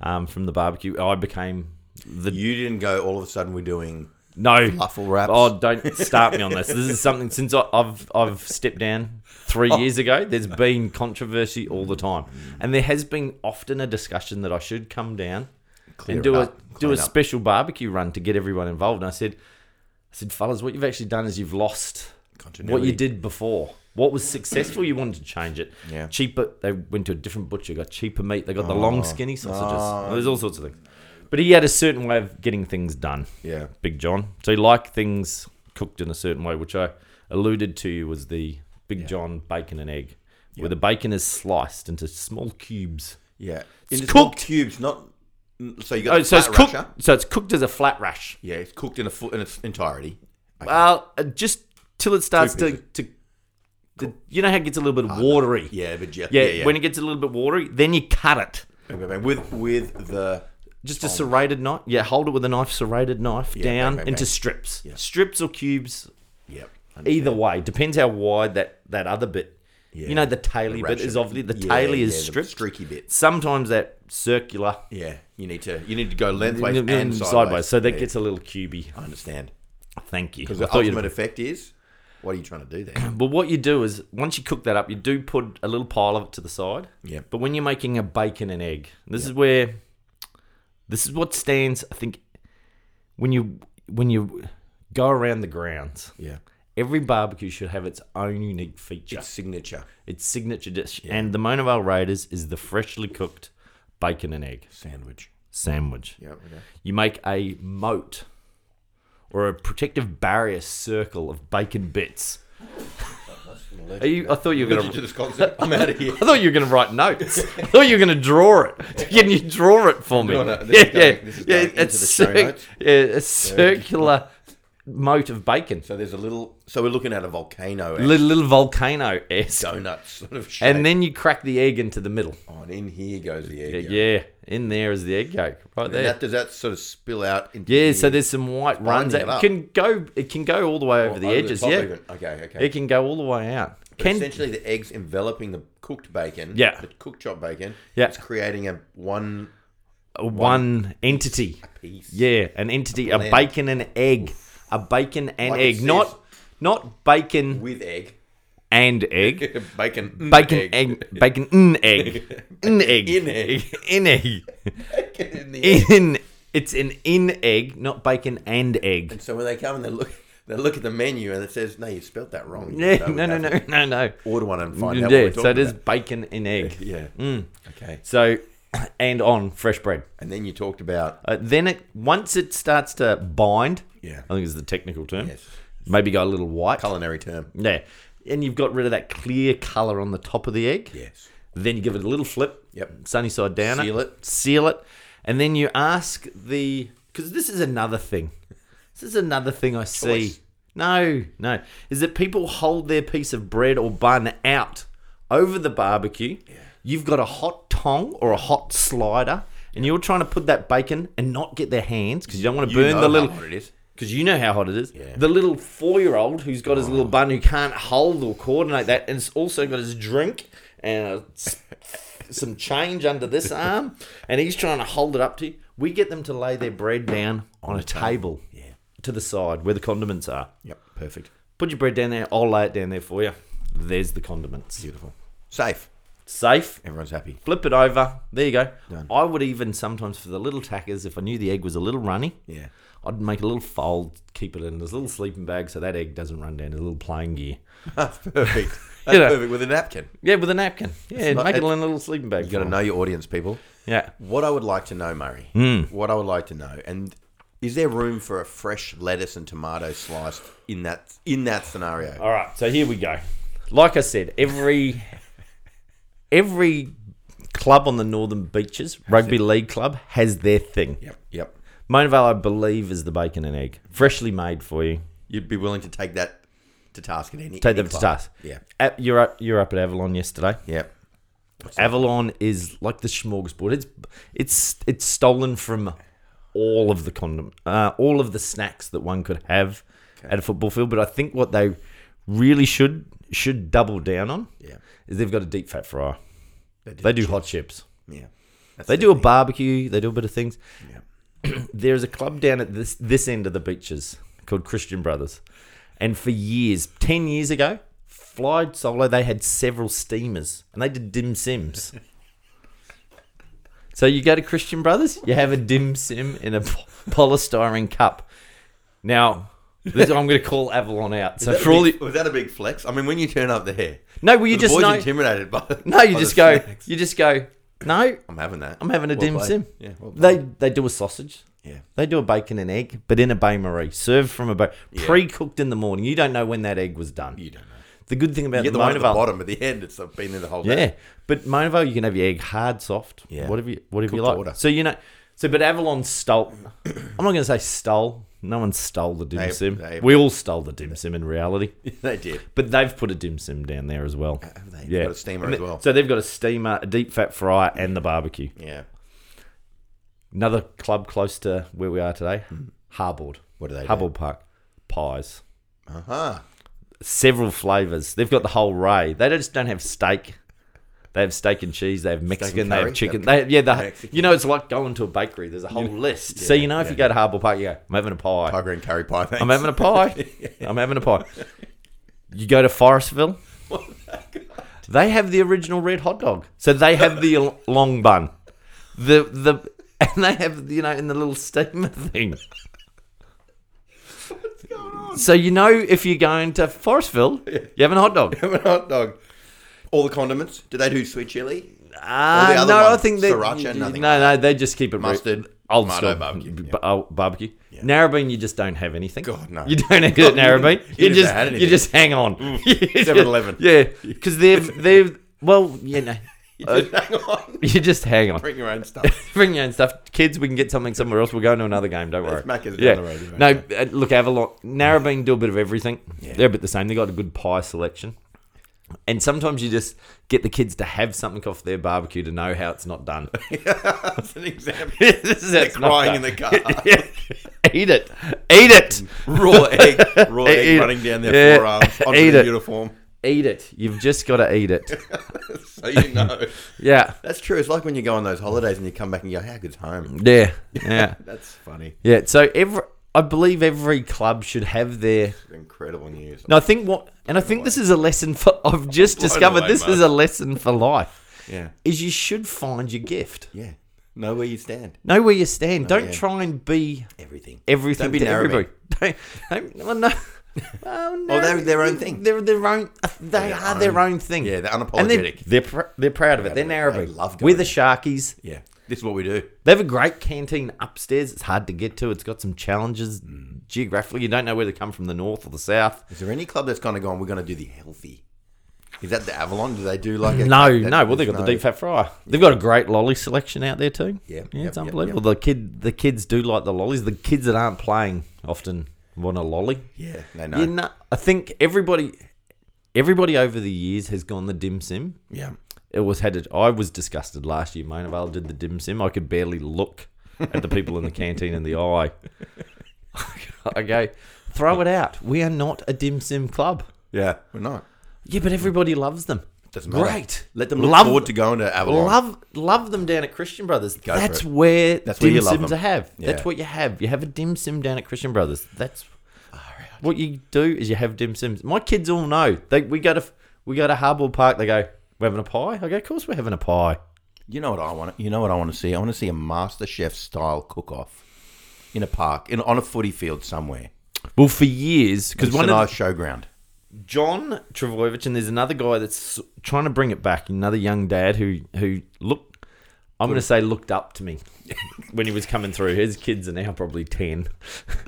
Speaker 2: um, from the barbecue. I became the
Speaker 1: You didn't go. All of a sudden, we're doing
Speaker 2: no
Speaker 1: Fluffle wraps.
Speaker 2: Oh, don't start me on this. This is something since I, I've I've stepped down three years ago. There's been controversy all the time, and there has been often a discussion that I should come down
Speaker 1: Clear
Speaker 2: and do
Speaker 1: it
Speaker 2: a
Speaker 1: up,
Speaker 2: do a
Speaker 1: clean up.
Speaker 2: special barbecue run to get everyone involved. And I said, I said, fellas, what you've actually done is you've lost what
Speaker 1: Continuity.
Speaker 2: you did before. What was successful? You wanted to change it.
Speaker 1: Yeah. Oh.
Speaker 2: Cheaper. They went to a different butcher. Got cheaper meat. They got the long skinny sausages.
Speaker 1: no.
Speaker 2: There's all sorts of things. But he had a certain way of getting things done.
Speaker 1: Yeah.
Speaker 2: Big John. So he liked things cooked in a certain way, which I alluded to was the Big John bacon and egg, where the bacon is sliced into small cubes.
Speaker 1: Yeah.
Speaker 2: It's
Speaker 1: the small
Speaker 2: cooked.
Speaker 1: cubes, not mm, so you got
Speaker 2: Oh,
Speaker 1: a
Speaker 2: so it's
Speaker 1: flat
Speaker 2: cooked.
Speaker 1: rasher.
Speaker 2: So it's cooked as a flat rash.
Speaker 1: Yeah, it's cooked in a full in its entirety. Okay.
Speaker 2: Well, uh, just till it starts to,
Speaker 1: pieces.
Speaker 2: to, to you know how it gets a little bit watery.
Speaker 1: Ah, yeah, but yeah,
Speaker 2: Yeah,
Speaker 1: yeah, yeah.
Speaker 2: when it gets a little bit watery, then you cut it.
Speaker 1: Okay, bang. with with the
Speaker 2: Just a serrated knife. Yeah, hold it with a knife, serrated knife
Speaker 1: bang,
Speaker 2: down
Speaker 1: bang,
Speaker 2: into
Speaker 1: bang.
Speaker 2: strips. Strips or cubes,
Speaker 1: yep.
Speaker 2: either way depends how wide that that other bit you
Speaker 1: Yeah.
Speaker 2: know the taily bit
Speaker 1: Ration.
Speaker 2: is obviously the
Speaker 1: Yeah,
Speaker 2: taily
Speaker 1: yeah,
Speaker 2: is
Speaker 1: the
Speaker 2: stripped
Speaker 1: streaky bit.
Speaker 2: sometimes that circular
Speaker 1: Yeah, you need to you need to go lengthways and,
Speaker 2: and, and Mm, sideways.
Speaker 1: sideways.
Speaker 2: so that
Speaker 1: Yeah,
Speaker 2: gets a little cubey
Speaker 1: I understand.
Speaker 2: thank you
Speaker 1: Because
Speaker 2: I
Speaker 1: the
Speaker 2: thought you'd-
Speaker 1: ultimate effect is, what are you trying to do there?
Speaker 2: but what you do is once you cook that up you do put a little pile of it to the side
Speaker 1: Yeah.
Speaker 2: but when you're making a bacon and egg this is where this is what stands i think when you when you go around the grounds
Speaker 1: Yeah,
Speaker 2: every barbecue should have its own unique feature
Speaker 1: its signature
Speaker 2: Its signature dish. And the Mona Vale Raiders is the freshly cooked bacon and egg
Speaker 1: sandwich.
Speaker 2: sandwich.
Speaker 1: Yeah, okay.
Speaker 2: You make a moat or a protective barrier circle of bacon bits. Are you, I thought you were
Speaker 1: Did you
Speaker 2: gonna.
Speaker 1: do this concept? I'm out of here.
Speaker 2: I thought you were going to write notes. I thought you were going to draw it. Can you draw it for me?
Speaker 1: No, no, this is going- this is going into
Speaker 2: it's
Speaker 1: the show notes.
Speaker 2: yeah, a circular moat of bacon,
Speaker 1: So there's a little. So we're looking at a volcano and
Speaker 2: little, little volcano esque,
Speaker 1: donut sort of shape.
Speaker 2: and then you crack the egg into the middle.
Speaker 1: on in here goes the egg.
Speaker 2: Yeah, in there is the egg yolk right
Speaker 1: And
Speaker 2: there.
Speaker 1: that does that sort of spill out into
Speaker 2: Yeah,
Speaker 1: the-
Speaker 2: so there's some white
Speaker 1: binding
Speaker 2: runs that
Speaker 1: it up.
Speaker 2: can go. It can go all the way over the
Speaker 1: over
Speaker 2: edges.
Speaker 1: top
Speaker 2: yeah,
Speaker 1: even. Okay, okay.
Speaker 2: it can go all the way out.
Speaker 1: But
Speaker 2: Can
Speaker 1: essentially the eggs enveloping the cooked bacon.
Speaker 2: Yeah.
Speaker 1: The cooked chopped bacon.
Speaker 2: Yeah.
Speaker 1: It's creating a one
Speaker 2: uh, one entity?
Speaker 1: piece.
Speaker 2: Yeah, an entity, a
Speaker 1: blend.
Speaker 2: bacon and egg, a bacon and
Speaker 1: Like it
Speaker 2: egg,
Speaker 1: says.
Speaker 2: not not bacon
Speaker 1: With egg.
Speaker 2: and egg.
Speaker 1: bacon. mm,
Speaker 2: Bacon egg, bacon in egg, in egg,
Speaker 1: In egg.
Speaker 2: in egg,
Speaker 1: Bacon in the egg.
Speaker 2: in. It's an in egg, not bacon and egg.
Speaker 1: So when they come and they look they look at the menu and it says, No, you spelt that wrong.
Speaker 2: Yeah,
Speaker 1: So we
Speaker 2: no, no,
Speaker 1: have
Speaker 2: no,
Speaker 1: to
Speaker 2: no, no.
Speaker 1: Order one and find out what
Speaker 2: Yeah,
Speaker 1: we're
Speaker 2: so it
Speaker 1: talking
Speaker 2: is
Speaker 1: about.
Speaker 2: bacon Mm. and egg.
Speaker 1: Yeah. Okay.
Speaker 2: So, and on fresh bread.
Speaker 1: And then you talked about
Speaker 2: Uh, then it once it starts to bind,
Speaker 1: Yeah.
Speaker 2: I think is the technical term.
Speaker 1: Yes.
Speaker 2: Maybe go a little white.
Speaker 1: culinary term.
Speaker 2: Yeah, and you've got rid of that clear color on the top of the egg.
Speaker 1: Yes.
Speaker 2: Then you give it a little flip.
Speaker 1: Yep.
Speaker 2: Sunny side down.
Speaker 1: Seal
Speaker 2: it. Seal it, and then you ask the because this is another thing. This is another thing I see.
Speaker 1: Choice.
Speaker 2: No, no, is that people hold their piece of bread or bun out over the barbecue. You've got a hot tong or a hot slider, and you're trying to put that bacon and not get their hands because you don't want to
Speaker 1: You
Speaker 2: burn
Speaker 1: know
Speaker 2: the
Speaker 1: how
Speaker 2: little
Speaker 1: hot it is.
Speaker 2: because you know how hot it is.
Speaker 1: Yeah. Oh,
Speaker 2: The little four-year-old who's got his little bun who can't hold or coordinate that, and has also got his drink and a s- some change under this arm, and he's trying to hold it up to you. We get them to lay their bread down on a table, to the side where the condiments are.
Speaker 1: Yep. Perfect.
Speaker 2: Put your bread down there. I'll lay it down there for you. There's the condiments.
Speaker 1: Beautiful. Safe.
Speaker 2: Safe.
Speaker 1: Everyone's happy.
Speaker 2: Flip it over. There you go. I would even sometimes for the little tackers, if I knew the egg was a little runny,
Speaker 1: Yeah.
Speaker 2: I'd make a little fold, keep it in this little sleeping bag so that egg doesn't run down to the little playing gear.
Speaker 1: That's perfect. That's
Speaker 2: know.
Speaker 1: perfect with a napkin.
Speaker 2: Yeah, with a napkin. Yeah,
Speaker 1: not-
Speaker 2: make it in a little sleeping bag.
Speaker 1: You got to
Speaker 2: for
Speaker 1: know your audience, people.
Speaker 2: them. Yeah.
Speaker 1: What I would like to know, Murray.
Speaker 2: Hmm.
Speaker 1: What I would like to know, and is there room for a fresh lettuce and tomato sliced in that in that scenario?
Speaker 2: All right, so here we go. Like I said, every every club on the northern beaches, rugby league club, has their thing.
Speaker 1: Yep, yep.
Speaker 2: Mona Vale, I believe, is the bacon and egg, freshly made for you.
Speaker 1: You'd be willing to take that to task at any
Speaker 2: Take
Speaker 1: any
Speaker 2: them to
Speaker 1: club?
Speaker 2: task.
Speaker 1: Yeah,
Speaker 2: At, you're up, you're up at Avalon yesterday.
Speaker 1: yep.
Speaker 2: Avalon is like the smorgasbord. It's it's it's stolen from all of the condom, uh, all of the snacks that one could have at a football field. But I think what they really should should double down on
Speaker 1: Yeah.
Speaker 2: is they've got a deep fat fryer.
Speaker 1: They
Speaker 2: They
Speaker 1: do
Speaker 2: do, hot chips.
Speaker 1: Yeah, That's
Speaker 2: They
Speaker 1: it.
Speaker 2: do a barbecue. They do a bit of things.
Speaker 1: Yeah.
Speaker 2: There is a club down at this this end of the beaches called Christian Brothers, and for years, ten years ago, Fly Solo they had several steamers and they did dim sims. So you go to Christian Brothers, you have a dim sim in a po- polystyrene cup. Now, this, I'm going to call Avalon out. So
Speaker 1: That
Speaker 2: for
Speaker 1: a
Speaker 2: all
Speaker 1: big-
Speaker 2: you,
Speaker 1: was that a big flex? I mean, when you turn up there,
Speaker 2: no, well you
Speaker 1: the
Speaker 2: just
Speaker 1: boys
Speaker 2: know,
Speaker 1: intimidated by. the-
Speaker 2: no, you
Speaker 1: by
Speaker 2: just
Speaker 1: the
Speaker 2: go,
Speaker 1: snacks.
Speaker 2: you just go. No,
Speaker 1: I'm having that.
Speaker 2: I'm having a
Speaker 1: Well
Speaker 2: dim
Speaker 1: played.
Speaker 2: sim.
Speaker 1: Yeah, well
Speaker 2: They
Speaker 1: played.
Speaker 2: they do a sausage.
Speaker 1: yeah.
Speaker 2: They do a bacon and egg, but in a bain marie, served from a ba-
Speaker 1: Yeah.
Speaker 2: pre-cooked in the morning. You don't know when that egg was done.
Speaker 1: You don't know.
Speaker 2: the good thing
Speaker 1: You
Speaker 2: about
Speaker 1: get
Speaker 2: the
Speaker 1: the one at the
Speaker 2: Monavale,
Speaker 1: bottom, at the end, it's been there the whole day.
Speaker 2: Yeah, but Monavale, you can have your egg hard, soft,
Speaker 1: Yeah.
Speaker 2: whatever you whatever you
Speaker 1: Cooked
Speaker 2: like.
Speaker 1: order.
Speaker 2: So you know, so but Avalon stole. I'm not going to say stole. No one stole the dim
Speaker 1: They-
Speaker 2: sim.
Speaker 1: they-
Speaker 2: we all stole the dim sim in reality,
Speaker 1: they did.
Speaker 2: but they've put a dim sim down there as well.
Speaker 1: Have they?
Speaker 2: Yeah,
Speaker 1: Got a steamer
Speaker 2: And
Speaker 1: as
Speaker 2: th-
Speaker 1: well.
Speaker 2: So they've got a steamer, a deep fat fryer, and the barbecue.
Speaker 1: yeah.
Speaker 2: Another club close to where we are today, Harbord,
Speaker 1: Hmm. What do they? do?
Speaker 2: Harbord Park, pies.
Speaker 1: Uh-huh.
Speaker 2: several flavors. They've got the whole ray. They don't- just don't have steak. They have steak and cheese. They have Mexican. They
Speaker 1: curry,
Speaker 2: have chicken.
Speaker 1: they
Speaker 2: They, yeah, the,
Speaker 1: Mexican.
Speaker 2: you know it's like going to a bakery. There's a whole list. so
Speaker 1: yeah,
Speaker 2: you know if
Speaker 1: yeah.
Speaker 2: you go to Harbour Park, you go, I'm having a pie.
Speaker 1: Tiger and curry pie. Thanks.
Speaker 2: I'm having a pie. I'm having a pie. You go to Forestville. They have the original red hot dog. So they have the l- long bun. The the and they have you know in the little steamer thing. What's going on? So you know if you're going to Forestville, you have a hot dog.
Speaker 1: Have a hot dog. All the condiments. Do they do sweet chili?
Speaker 2: Ah,
Speaker 1: Or the other
Speaker 2: no, I
Speaker 1: one,
Speaker 2: think they
Speaker 1: sriracha,
Speaker 2: No,
Speaker 1: nothing
Speaker 2: no, they just keep it re-
Speaker 1: Mustard,
Speaker 2: old
Speaker 1: tomato,
Speaker 2: school
Speaker 1: barbecue,
Speaker 2: b-
Speaker 1: yeah.
Speaker 2: old barbecue.
Speaker 1: Yeah.
Speaker 2: Narrabeen, you just don't have anything.
Speaker 1: God, no.
Speaker 2: You don't eat at Narrabeen.
Speaker 1: you
Speaker 2: You,
Speaker 1: never
Speaker 2: just
Speaker 1: had
Speaker 2: you
Speaker 1: anything. Mm.
Speaker 2: just hang on. You
Speaker 1: 7-Eleven.
Speaker 2: just- Yeah, because they've they've well, you know, uh,
Speaker 1: Hang on.
Speaker 2: you just hang on.
Speaker 1: Bring your own stuff.
Speaker 2: Bring your own stuff, kids. We can get something somewhere else. We'll go into another game. Don't worry.
Speaker 1: Mac is down
Speaker 2: yeah.
Speaker 1: the road, you're
Speaker 2: No, uh, look, Avalon, Narrabeen do a bit of everything.
Speaker 1: Yeah.
Speaker 2: They're a bit the same. They got a good pie selection, and sometimes you just get the kids to have something off their barbecue to know how it's not done.
Speaker 1: That's an example.
Speaker 2: this is
Speaker 1: They're crying in the car.
Speaker 2: Eat it. Eat it.
Speaker 1: raw egg, raw egg
Speaker 2: Eat it.
Speaker 1: running down their
Speaker 2: Yeah.
Speaker 1: forearms onto
Speaker 2: Eat
Speaker 1: the
Speaker 2: it.
Speaker 1: uniform.
Speaker 2: Eat it. You've just got to eat it.
Speaker 1: So you know.
Speaker 2: Yeah.
Speaker 1: That's true. It's like when you go on those holidays and you come back and you go, how good's home?
Speaker 2: Yeah. Yeah.
Speaker 1: That's funny.
Speaker 2: Yeah. So every I believe every club should have their
Speaker 1: Incredible news.
Speaker 2: No, I think what and I think this is a lesson for I've just discovered
Speaker 1: away,
Speaker 2: this is
Speaker 1: mate.
Speaker 2: a lesson for life.
Speaker 1: Yeah.
Speaker 2: Is you should find your gift.
Speaker 1: Yeah. Know where you stand.
Speaker 2: Know where you stand. Don't
Speaker 1: yeah.
Speaker 2: try and be
Speaker 1: Everything.
Speaker 2: everything
Speaker 1: Don't be
Speaker 2: to
Speaker 1: narrow,
Speaker 2: everybody. Don't, don't, well, no. Oh, no.
Speaker 1: they're their own thing.
Speaker 2: They're their own. uh, They
Speaker 1: Their
Speaker 2: are their
Speaker 1: own-
Speaker 2: own thing.
Speaker 1: Yeah, they're
Speaker 2: And they're,
Speaker 1: unapologetic.
Speaker 2: they're, pr- they're proud of it. They're
Speaker 1: Proud of it.
Speaker 2: narrowing.
Speaker 1: They love
Speaker 2: We're
Speaker 1: going
Speaker 2: the Sharkies.
Speaker 1: Yeah. This is what we do.
Speaker 2: They have a great canteen upstairs. It's hard to get to. It's got some challenges
Speaker 1: Hmm.
Speaker 2: geographically. You don't know whether to come from the north or the south.
Speaker 1: Is there any club that's kind of gone, we're going to do the healthy? Is that the Avalon? Do they do like a,
Speaker 2: No,
Speaker 1: that-
Speaker 2: no. Well, they've got
Speaker 1: there's
Speaker 2: the deep fat fryer. They've got a great lolly selection out there too.
Speaker 1: Yeah,
Speaker 2: yeah,
Speaker 1: yep,
Speaker 2: it's
Speaker 1: yep,
Speaker 2: unbelievable. The kid, the kids do like the lollies. The kids that aren't playing often want a lolly.
Speaker 1: Yeah. They
Speaker 2: You
Speaker 1: know.
Speaker 2: know, I think everybody, everybody over the years has gone the dim sim.
Speaker 1: Yeah.
Speaker 2: It was had. It, I was disgusted last year. Mainvale did the dim sim. I could barely look at the people in the canteen in the eye. I go, throw it out. We are not a dim sim club.
Speaker 1: Yeah. We're not.
Speaker 2: Yeah, but everybody loves them.
Speaker 1: Doesn't matter.
Speaker 2: Great.
Speaker 1: Let them look
Speaker 2: Love-
Speaker 1: forward to going to Avalon.
Speaker 2: Love love them down at Christian Brothers.
Speaker 1: for
Speaker 2: That's
Speaker 1: it.
Speaker 2: where
Speaker 1: That's where
Speaker 2: dim
Speaker 1: you love
Speaker 2: sims
Speaker 1: them.
Speaker 2: are have.
Speaker 1: Yeah.
Speaker 2: That's what you have. You have a dim sim down at Christian Brothers. That's what you do is you have dim sims. My kids all know. They we go to we go to Harbour Park. They go, we're having a pie. I go, of course we're having a pie.
Speaker 1: You know what I want? You know what I want to see? I want to see a Master Chef style cook off in a park, in on a footy field somewhere.
Speaker 2: Well, for years, because
Speaker 1: It's
Speaker 2: one
Speaker 1: a
Speaker 2: of
Speaker 1: nice showground.
Speaker 2: John Travojevic and there's another guy that's trying to bring it back. Another young dad who who look, I'm going to say looked up to me when he was coming through. His kids are now probably ten,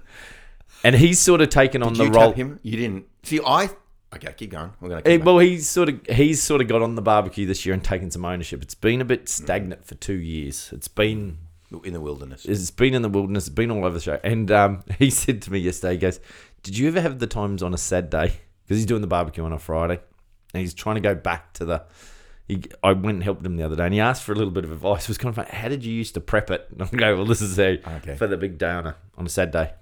Speaker 2: and he's sort of taken on
Speaker 1: Did
Speaker 2: the
Speaker 1: you
Speaker 2: role.
Speaker 1: tap him? You didn't. See, I. Okay, keep going. We're gonna.
Speaker 2: Eh,
Speaker 1: Keep going.
Speaker 2: well, he's sort of he's sort of got on the barbecue this year and taken some ownership. It's been a bit stagnant for two years. It's been
Speaker 1: in the wilderness.
Speaker 2: it's been in the wilderness. It's been all over the show. And um, he said to me yesterday, he goes, "Did you ever have the times on a sad day? Because he's doing the barbecue on a Friday, and he's trying to go back to the." He, I went and helped him the other day, and he asked for a little bit of advice. It was kind of like, "How did you used to prep it?" And I go, "Well, this is how
Speaker 1: Okay.
Speaker 2: for the big day on a on a sad day.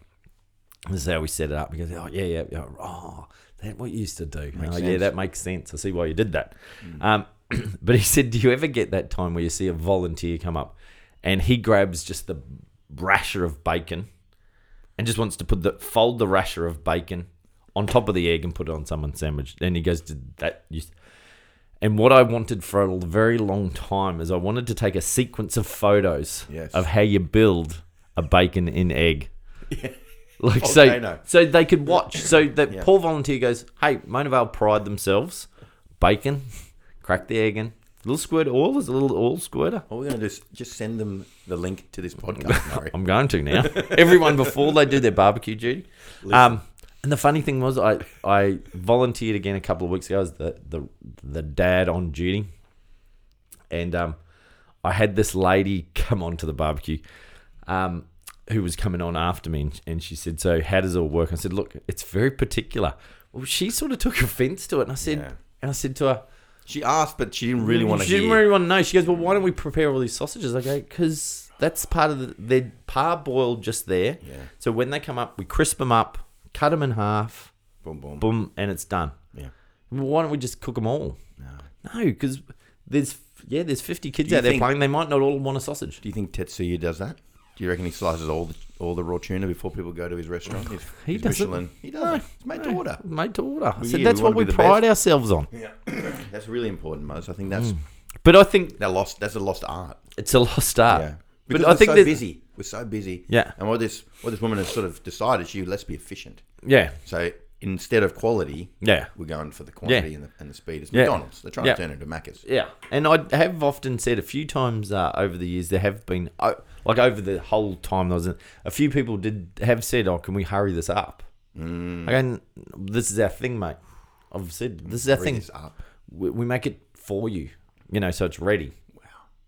Speaker 2: This is how we set it up." He goes, "Oh yeah, yeah, yeah. oh." That what you used to do. oh yeah,
Speaker 1: sense. Hmm.
Speaker 2: that makes sense. I see why you did that. Um, but he said, "Do you ever get that time where you see a volunteer come up and he grabs just the rasher of bacon and just wants to put the fold the rasher of bacon on top of the egg and put it on someone's sandwich?" And he goes, "Did that?" Used-? And what I wanted for a very long time is I wanted to take a sequence of photos
Speaker 1: Yes.
Speaker 2: of how you build a bacon in egg. Like
Speaker 1: Volcano.
Speaker 2: so, so they could watch. So that
Speaker 1: Yeah.
Speaker 2: Paul Volunteer goes, "Hey, Mona Vale pride themselves, bacon, crack the egg in, little squirt of oil. There's a little oil squirter.
Speaker 1: What we're going to do is just send them the link to this podcast, Murray.
Speaker 2: I'm going to now. Everyone before they do their barbecue duty. Um, and the funny thing was, I, I volunteered again a couple of weeks ago as the the, the dad on duty, and um, I had this lady come on to the barbecue, um, who was coming on after me, and, and she said, "So how does it all work?" I said, "Look, it's very particular." Well, she sort of took offence to it, and I said,
Speaker 1: Yeah.
Speaker 2: and I said to her.
Speaker 1: She asked, but she didn't really want to
Speaker 2: She didn't
Speaker 1: hear.
Speaker 2: really want to know. She goes, "Well, why don't we prepare all these sausages?" I go, "Because that's part of the they're parboiled just there.
Speaker 1: Yeah.
Speaker 2: So when they come up, we crisp them up, cut them in half,
Speaker 1: boom, boom.
Speaker 2: boom, and it's done.
Speaker 1: Yeah.
Speaker 2: Well, why don't we just cook them all?
Speaker 1: No.
Speaker 2: No, because there's yeah, there's 50 kids
Speaker 1: you
Speaker 2: out there
Speaker 1: think-
Speaker 2: playing. They might not all want a sausage.
Speaker 1: Do you think Tetsuya does that? Do you reckon he slices all the, all the raw tuna before people go to his restaurant? His,
Speaker 2: He
Speaker 1: his
Speaker 2: doesn't.
Speaker 1: Michelin. He doesn't. it's made to order.
Speaker 2: Made to order. I
Speaker 1: Well,
Speaker 2: said
Speaker 1: yeah,
Speaker 2: that's
Speaker 1: we
Speaker 2: what
Speaker 1: wanna
Speaker 2: we
Speaker 1: be the
Speaker 2: pride ourselves on.
Speaker 1: Yeah. that's really important, Mose. I think that's
Speaker 2: Mm. But I think
Speaker 1: that lost. That's a lost art.
Speaker 2: it's a lost art.
Speaker 1: Yeah.
Speaker 2: Uh, But
Speaker 1: Because
Speaker 2: I
Speaker 1: we're
Speaker 2: think
Speaker 1: so
Speaker 2: there's-
Speaker 1: busy. We're so busy.
Speaker 2: Yeah.
Speaker 1: And what this what this woman has sort of decided, she let's be efficient.
Speaker 2: yeah,
Speaker 1: So instead of quality,
Speaker 2: yeah.
Speaker 1: we're going for the quantity and, the, and the speed. It's
Speaker 2: Yeah.
Speaker 1: McDonald's. They're trying
Speaker 2: Yeah.
Speaker 1: to turn it into Macca's.
Speaker 2: Yeah, and I have often said a few times uh, over the years there have been oh, like over the whole time there was a, a few people did have said, "Oh, can we hurry this up?" Mm. Again, this is our thing, mate. I've said this is our
Speaker 1: Bring
Speaker 2: thing.
Speaker 1: this up.
Speaker 2: We, we make it for you, you know, so it's ready. Wow.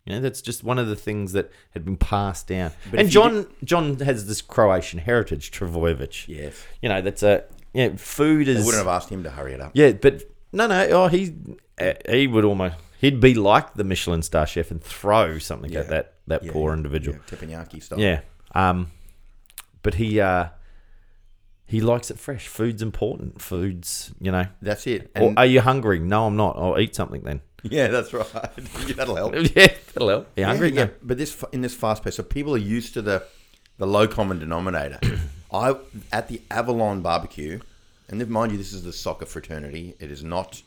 Speaker 2: You know, that's just one of the things that had been passed down. and
Speaker 1: if you
Speaker 2: John John has this Croatian heritage, Travojevic.
Speaker 1: Yes.
Speaker 2: You know, that's a yeah. Food
Speaker 1: I
Speaker 2: is
Speaker 1: wouldn't have asked him to hurry it up.
Speaker 2: yeah, but no, no. Oh, he uh, he would almost he'd be like the Michelin star chef and throw something
Speaker 1: Yeah.
Speaker 2: at that that
Speaker 1: Yeah,
Speaker 2: poor
Speaker 1: yeah,
Speaker 2: individual.
Speaker 1: Yeah, teppanyaki style.
Speaker 2: Yeah. Um, but he uh, he likes it fresh. Food's important. Food's you know.
Speaker 1: That's it.
Speaker 2: Or
Speaker 1: And,
Speaker 2: are you hungry? No, I'm not. I'll eat something then.
Speaker 1: yeah, that's right. That'll help.
Speaker 2: Oh, yeah, that'll help. You hungry?
Speaker 1: Yeah, yeah. But this in this fast pace, so people are used to the the low common denominator. I at the Avalon barbecue, and mind you, this is the soccer fraternity. It is not.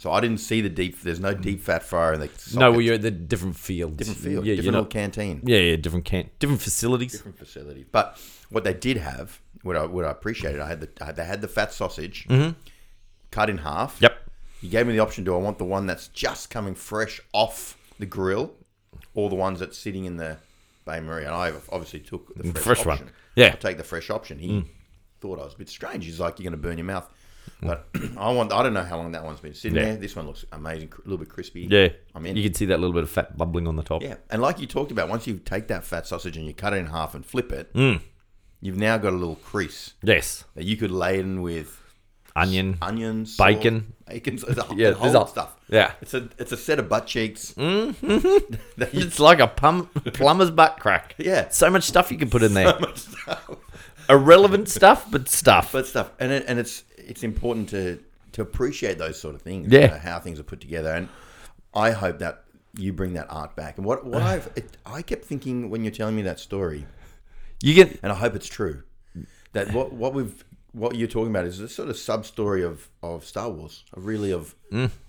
Speaker 1: So I didn't see the deep. There's no deep fat fryer in the soccer,
Speaker 2: No, well, you're at the different fields.
Speaker 1: different field,
Speaker 2: Yeah, you're
Speaker 1: different
Speaker 2: not-
Speaker 1: little canteen,
Speaker 2: yeah, yeah, different can, different facilities.
Speaker 1: different facility. But what they did have, what I what I appreciated, I had the I had, they had the fat sausage cut in half.
Speaker 2: Mm-hmm. Yep.
Speaker 1: You gave me the option: do I want the one that's just coming fresh off the grill, or the ones that's sitting in the Bay Marie? And I obviously took the fresh,
Speaker 2: Fresh one.
Speaker 1: option.
Speaker 2: Yeah. Mm.
Speaker 1: I'll take the fresh option. He thought I was a bit strange. He's like, "You're going to burn your mouth." But I want—I don't know how long that one's been sitting
Speaker 2: Mm. Yeah.
Speaker 1: there. This one looks amazing, cr- a little bit crispy.
Speaker 2: Yeah,
Speaker 1: I'm in.
Speaker 2: You can see that little bit of fat bubbling on the top.
Speaker 1: yeah, and like you talked about, once you take that fat sausage and you cut it in half and flip it,
Speaker 2: Mm.
Speaker 1: you've now got a little crease
Speaker 2: Yes,
Speaker 1: that you could laden with
Speaker 2: onion,
Speaker 1: onions,
Speaker 2: Bacon.
Speaker 1: bacon, the whole,
Speaker 2: Yeah,
Speaker 1: the whole
Speaker 2: there's a-
Speaker 1: stuff.
Speaker 2: yeah. Mm.
Speaker 1: it's a it's a set of butt cheeks. that you-
Speaker 2: It's like a pum- plumber's butt crack.
Speaker 1: Yeah.
Speaker 2: So much stuff you can put in there. Irrelevant stuff, but stuff.
Speaker 1: but stuff, and it, and it's it's important to to appreciate those sort of things.
Speaker 2: Yeah.
Speaker 1: know, how things are put together, and I hope that you bring that art back. And what what I've it, I kept thinking when you're telling me that story,
Speaker 2: you get
Speaker 1: and I hope it's true that what what we've what you're talking about is this sort of sub story of of Star Wars, of really of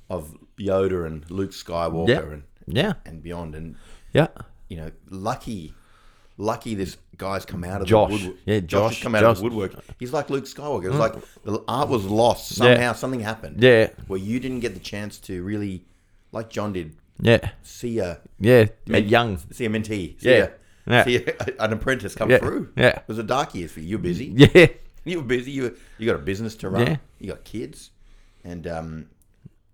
Speaker 1: of Yoda and Luke Skywalker
Speaker 2: Mm. yeah,
Speaker 1: and
Speaker 2: yeah,
Speaker 1: and beyond, and
Speaker 2: yeah.
Speaker 1: you know, lucky, lucky this guy's come out of
Speaker 2: Josh.
Speaker 1: the woodwork.
Speaker 2: Yeah,
Speaker 1: has
Speaker 2: Josh-
Speaker 1: come out of
Speaker 2: Josh. Mm.
Speaker 1: the woodwork. He's like Luke Skywalker. It's like the art was lost
Speaker 2: Yeah.
Speaker 1: somehow. Something happened.
Speaker 2: Yeah.
Speaker 1: where you didn't get the chance to really, like John did,
Speaker 2: Yeah,
Speaker 1: see a
Speaker 2: yeah. A young,
Speaker 1: see a mentee. See
Speaker 2: Yeah.
Speaker 1: a,
Speaker 2: Yeah.
Speaker 1: see a, an apprentice come
Speaker 2: Yeah.
Speaker 1: through.
Speaker 2: Yeah.
Speaker 1: it was a dark years for you. You're busy.
Speaker 2: yeah,
Speaker 1: You were busy. You were, you got a business to run.
Speaker 2: Yeah.
Speaker 1: You got kids, and um,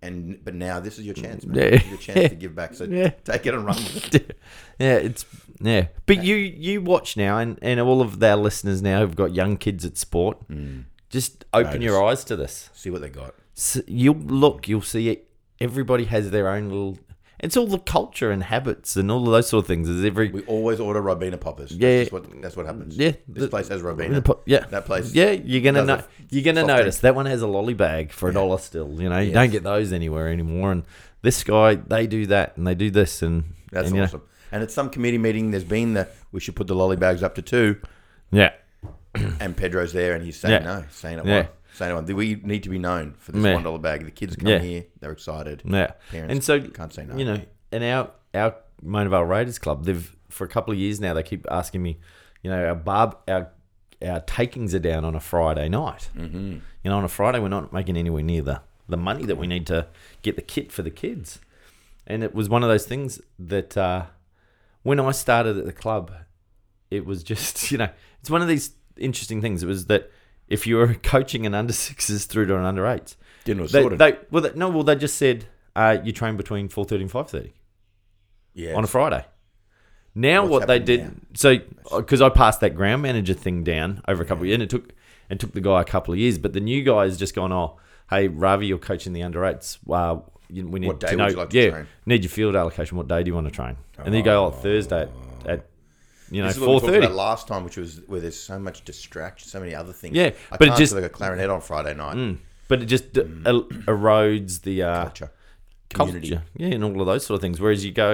Speaker 1: and but now this is your chance. Man.
Speaker 2: Yeah.
Speaker 1: This is your chance to give back. So
Speaker 2: Yeah.
Speaker 1: take it and run. With it.
Speaker 2: yeah. It's yeah. But you you watch now, and and all of our listeners now who've got young kids at sport, just open
Speaker 1: Notice.
Speaker 2: your eyes to this.
Speaker 1: See what they got.
Speaker 2: S you'll look, you'll see it. Everybody has their own little. It's all the culture and habits and all of those sort of things. Is every
Speaker 1: We always order Robina poppers.
Speaker 2: Yeah.
Speaker 1: that's just what, that's what happens.
Speaker 2: Yeah,
Speaker 1: this
Speaker 2: the-
Speaker 1: place has
Speaker 2: In the
Speaker 1: Robina.
Speaker 2: po- yeah,
Speaker 1: that place.
Speaker 2: Yeah, you're gonna
Speaker 1: does
Speaker 2: know.
Speaker 1: it.
Speaker 2: You're gonna
Speaker 1: Soft drink.
Speaker 2: notice that one has a lolly bag for a dollar still. You know, you don't get those anywhere anymore. And this guy, they do that and they do this and
Speaker 1: that's
Speaker 2: and, you know,
Speaker 1: awesome. And at some committee meeting, there's been the we should put the lolly bags up to two,
Speaker 2: yeah,
Speaker 1: and Pedro's there and he's saying
Speaker 2: Yeah.
Speaker 1: no, saying it
Speaker 2: yeah.
Speaker 1: won't. say anyone. We need to be known for this
Speaker 2: Yeah.
Speaker 1: one dollar bag. The kids come
Speaker 2: Yeah.
Speaker 1: here; they're excited.
Speaker 2: Yeah.
Speaker 1: Parents
Speaker 2: and so
Speaker 1: can't say no.
Speaker 2: You know, and our our Mona Vale Raiders club, they've for a couple of years now they keep asking me, you know, our barb our our takings are down on a Friday night. Mm-hmm. You know, on a Friday we're not making anywhere near the the money that we need to get the kit for the kids. And it was one of those things that uh, when I started at the club, it was just you know, it's one of these interesting things. It was that if you were coaching an under sixes through to an under eights,
Speaker 1: Dinner was
Speaker 2: they,
Speaker 1: sorted.
Speaker 2: they well they, no well they just said uh, you train between four thirty and five thirty
Speaker 1: yeah,
Speaker 2: on a Friday. Now
Speaker 1: What's
Speaker 2: what they
Speaker 1: happened
Speaker 2: did
Speaker 1: now?
Speaker 2: so because I passed that ground manager thing down over a couple of years and it took it took the guy a couple of years, but the new guy has just gone oh hey Ravi you're coaching the under eights uh, you- we need
Speaker 1: What day
Speaker 2: to
Speaker 1: would
Speaker 2: know
Speaker 1: you like to
Speaker 2: yeah
Speaker 1: train?"
Speaker 2: need your field allocation what day do you want to train and then you go oh Thursday at, at you know
Speaker 1: This is what we
Speaker 2: four
Speaker 1: talked
Speaker 2: thirty
Speaker 1: about last time, which was where there's so much distraction, so many other things.
Speaker 2: Yeah,
Speaker 1: I
Speaker 2: but it
Speaker 1: can't
Speaker 2: just- Mm.
Speaker 1: feel like a clarinet on Friday night.
Speaker 2: but it just uh, el- erodes the uh,
Speaker 1: Culture, community. Mm.
Speaker 2: culture, yeah, and all of those sort of things. Whereas you go,